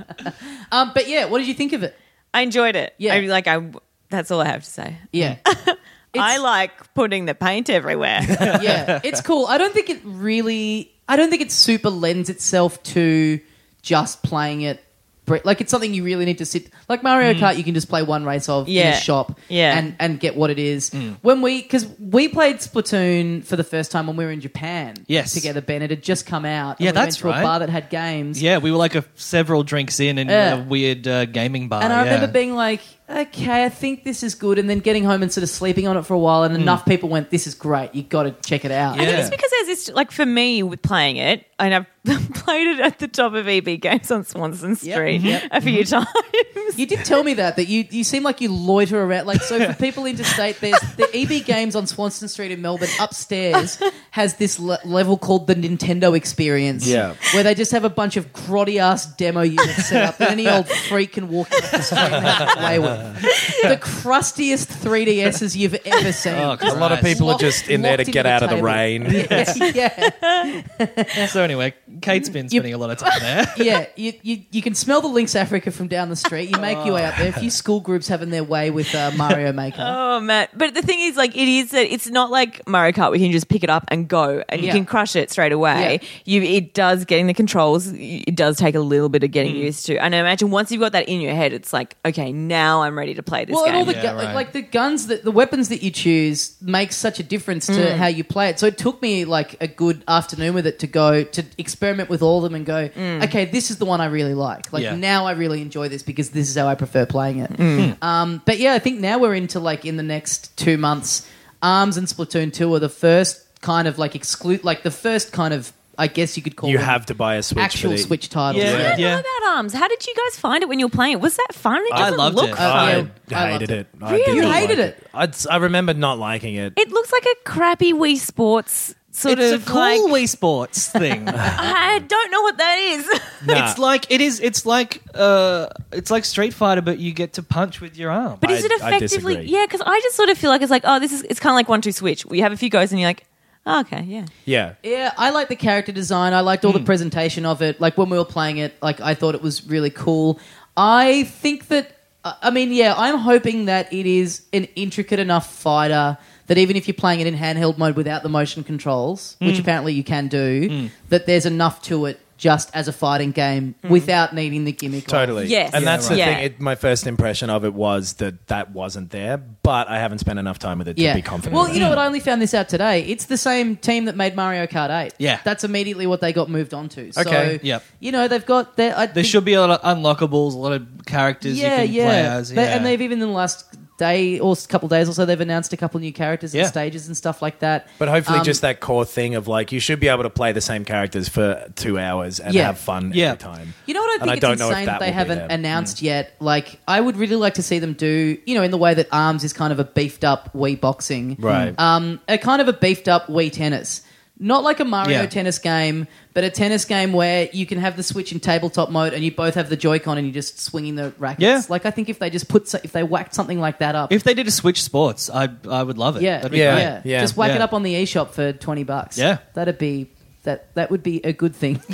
um, but yeah, what did you think of it?
I enjoyed it.
Yeah.
I, like, I, that's all I have to say.
Yeah.
Mm.
I like putting the paint everywhere.
yeah, it's cool. I don't think it really. I don't think it super lends itself to just playing it. br- Like it's something you really need to sit. Like Mario
Mm.
Kart, you can just play one race of in
Yeah.
a shop,
Yeah.
and and get what it is.
Mm.
When we because we played Splatoon for the first time when we were in Japan,
Yes.
together. Ben, it had just come out. and
Yeah,
we went
that's
to
right.
A bar that had games.
yeah, we were like a, several drinks in and
Yeah.
a weird uh, gaming bar.
And I
yeah.
remember being like, okay, I think this is good. And then getting home and sort of sleeping on it for a while.
Mm.
And enough people went, this is great. you got to check it out.
Yeah.
I think it's because there's this, like, for me with playing it, and I've played it at the top of EB Games on Swanson
Yep. Mm-hmm.
Street a few times.
You did tell me that that you you seem like you loiter around like so for people interstate there's the EB Games on Swanston Street in Melbourne upstairs has this le- level called the Nintendo Experience
Yeah.
where they just have a bunch of grotty ass demo units set up that any old freak can walk up the street and have a play with the crustiest 3DSs you've ever seen.
Oh, Christ.
A lot Oh, of people are
Locked-
just in there to
locked
get
into
out of the
table.
rain.
yeah,
so anyway, Kate's been spending a lot of time there.
yeah. You, you you can smell the Lynx Africa from down the street. You make your way up there. A few school groups having their way with uh, Mario Maker.
Oh man! But the thing is, like, it is that it's not like Mario Kart. where you can just pick it up and go, and
Yeah.
you can crush it straight away.
Yeah.
You, it does getting the controls. It does take a little bit of getting
Mm.
used to. And I imagine once you've got that in your head, it's like, okay, now I'm ready to play this
well,
game.
and all the
Yeah,
gu-
right.
like the guns that the weapons that you choose makes such a difference to
Mm.
how you play it. So it took me like a good afternoon with it to go to experiment with all of them and go,
Mm.
okay, this is the one I really like. Like
Yeah.
now I really enjoy this because this is how I prefer playing it.
Mm.
Hmm.
Um, but yeah, I think now we're into like in the next two months, Arms and Splatoon Two are the first kind of like exclude like the first kind of I guess you could call
You
them
have to buy a switch. for
actual
the-
Switch titles.
Yeah.
I don't know about arms. How did you guys find it when you were playing? it? Was that fun? It
I
doesn't
loved
look
it.
fun.
yeah.
I,
I loved
hated
it.
it. I did
Really?
not
You hated
like
it?
I'd s- I remember not liking it.
It looks like a crappy Wii Sports sort
It's a
of
cool
like.
Wii Sports thing.
I don't know what that is.
Nah.
It's like it is. It's like uh, it's like Street Fighter, but you get to punch with your arm.
But
I-
is it
I
effectively?
disagree.
yeah, because I just sort of feel like it's like, oh, this is. It's kind of like one two switch. You have a few goes and you're like, oh, okay, yeah.
yeah.
Yeah, I liked the character design. I liked all
Hmm.
the presentation of it. Like when we were playing it, like I thought it was really cool. I think that I I mean, yeah, I'm hoping that it is an intricate enough fighter that even if you're playing it in handheld mode without the motion controls,
Hmm.
which apparently you can do, that there's enough to it just as a fighting game without needing the gimmick. of-
Hmm. Totally.
Yes.
And
Yeah,
that's
right.
the
Yeah.
thing. It, my first impression of it was that that wasn't there, but I haven't spent enough time with it
yeah.
to be confident.
well,
about
you
it.
know what? I only found this out today. It's the same team that made Mario Kart 8.
Yeah.
That's immediately what they got moved on to. So,
Okay.
Yep.
You know, they've got their. I
There
think-
should be a lot of unlockables, a lot of characters you can play as.
They-
yeah.
and they've even in the last day or s- couple days or so, they've announced a couple new characters
Yeah.
and stages and stuff like that.
But hopefully,
Um,
just that core thing of like you should be able to play the same characters for two hours and
Yeah.
have fun
Yeah.
every time.
you know what I
And
think
I
it's
don't know if
insane
that
that, they
will be Hmm.
haven't
there.
announced yet. Like, I would really like to see them do, you know, in the way that Arms is kind of a beefed up Wii boxing,
Right.
Um, a kind of a beefed up Wii tennis. Not like a Mario
Yeah.
tennis game, but a tennis game where you can have the Switch in tabletop mode and you both have the Joy-Con and you're just swinging the rackets.
Yeah.
Like I think if they just put so- if they whacked something like that up,
if they did a Switch Sports, I I would love it.
Yeah,
That'd be
Yeah.
great.
yeah,
Yeah.
Just whack it
Yeah.
up on the eShop for twenty bucks.
Yeah.
that'd be that. That would be a good thing.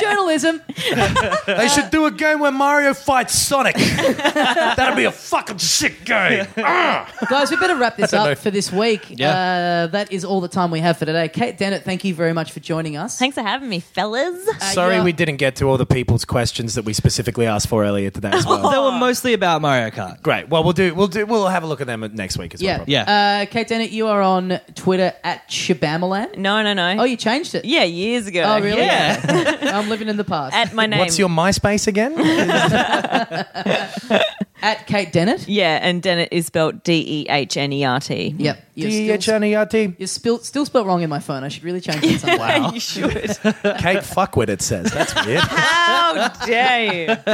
Journalism. Uh,
They should do a game where Mario fights Sonic. That'd be a fucking sick game.
Guys, we better wrap this
know.
up for this week.
Yeah.
Uh, that is all the time we have for today. Kate Dennett, thank you very much for joining us. Uh,
Thanks for having me, fellas. Uh,
Sorry
yeah.
we didn't get to all the people's questions that we specifically asked for earlier today as well.
They were mostly about Mario Kart.
Great. Well, we'll do. We'll do. We'll have a look at them next week as well.
Yeah.
probably.
Yeah.
Uh, Kate Dennett, you are on Twitter at Shabamalan.
No, no, no.
Oh, you changed it.
yeah, years ago.
Oh, really?
Yeah.
I'm living in the past. At,
At my name.
What's your MySpace again?
Kate Dennett.
Yeah, and Dennett is spelled D E H N E R T.
Yep.
D
You're
H
still,
N E R T.
you're still, still spelt wrong in my phone. I should really change it sometime.
you should.
Kate Fuckwit. It says that's weird.
How dare you?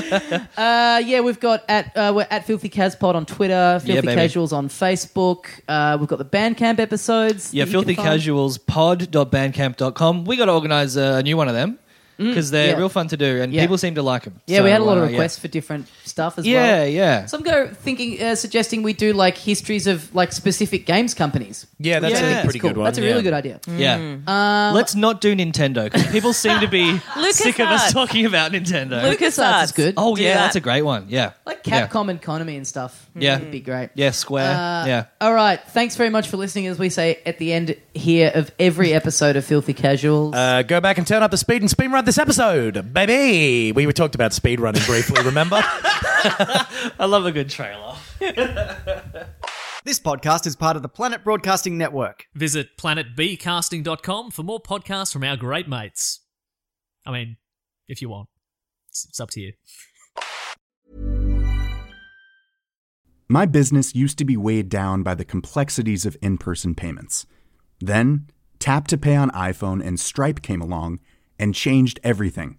Uh, yeah, we've got at uh, we're at Filthy Caz Pod on Twitter, Filthy
baby.
Casuals on Facebook. Uh, we've got the Bandcamp episodes.
Yeah,
that you can
filthy
find.
casuals pod.bandcamp.com. We got to organize a new one of them because they're
Mm, yeah.
real fun to do and
Yeah.
people seem to like them.
Yeah, we had a lot of requests for different stuff as
uh, Yeah,
well.
yeah.
Some go thinking, uh, suggesting we do like histories of like specific games companies.
Yeah, that's
Yeah. Mm.
a pretty
Cool.
good one.
That's a
yeah.
really good idea.
Yeah.
Mm.
Let's not do Nintendo 'cause people seem to be
Uh, Lucas
sick of us
Arts.
talking about Nintendo.
LucasArts is good.
oh,
do
yeah,
that.
that's a great one. Yeah.
Like
Yeah.
Capcom and Konami and stuff.
Yeah.
Would be great.
Yeah, Square.
uh,
yeah.
All right. Thanks very much for listening, as we say at the end here of every episode of Filthy Casuals.
Uh, go back and turn up the speed and speed run this episode, baby. We talked about speed running briefly. Remember?
I love a good trailer.
This podcast is part of the Planet Broadcasting Network.
Visit planetbcasting.com for more podcasts from our great mates. I mean, if you want, it's, it's up to you.
My business used to be weighed down by the complexities of in person payments. Then, Tap to Pay on iPhone and Stripe came along and changed everything.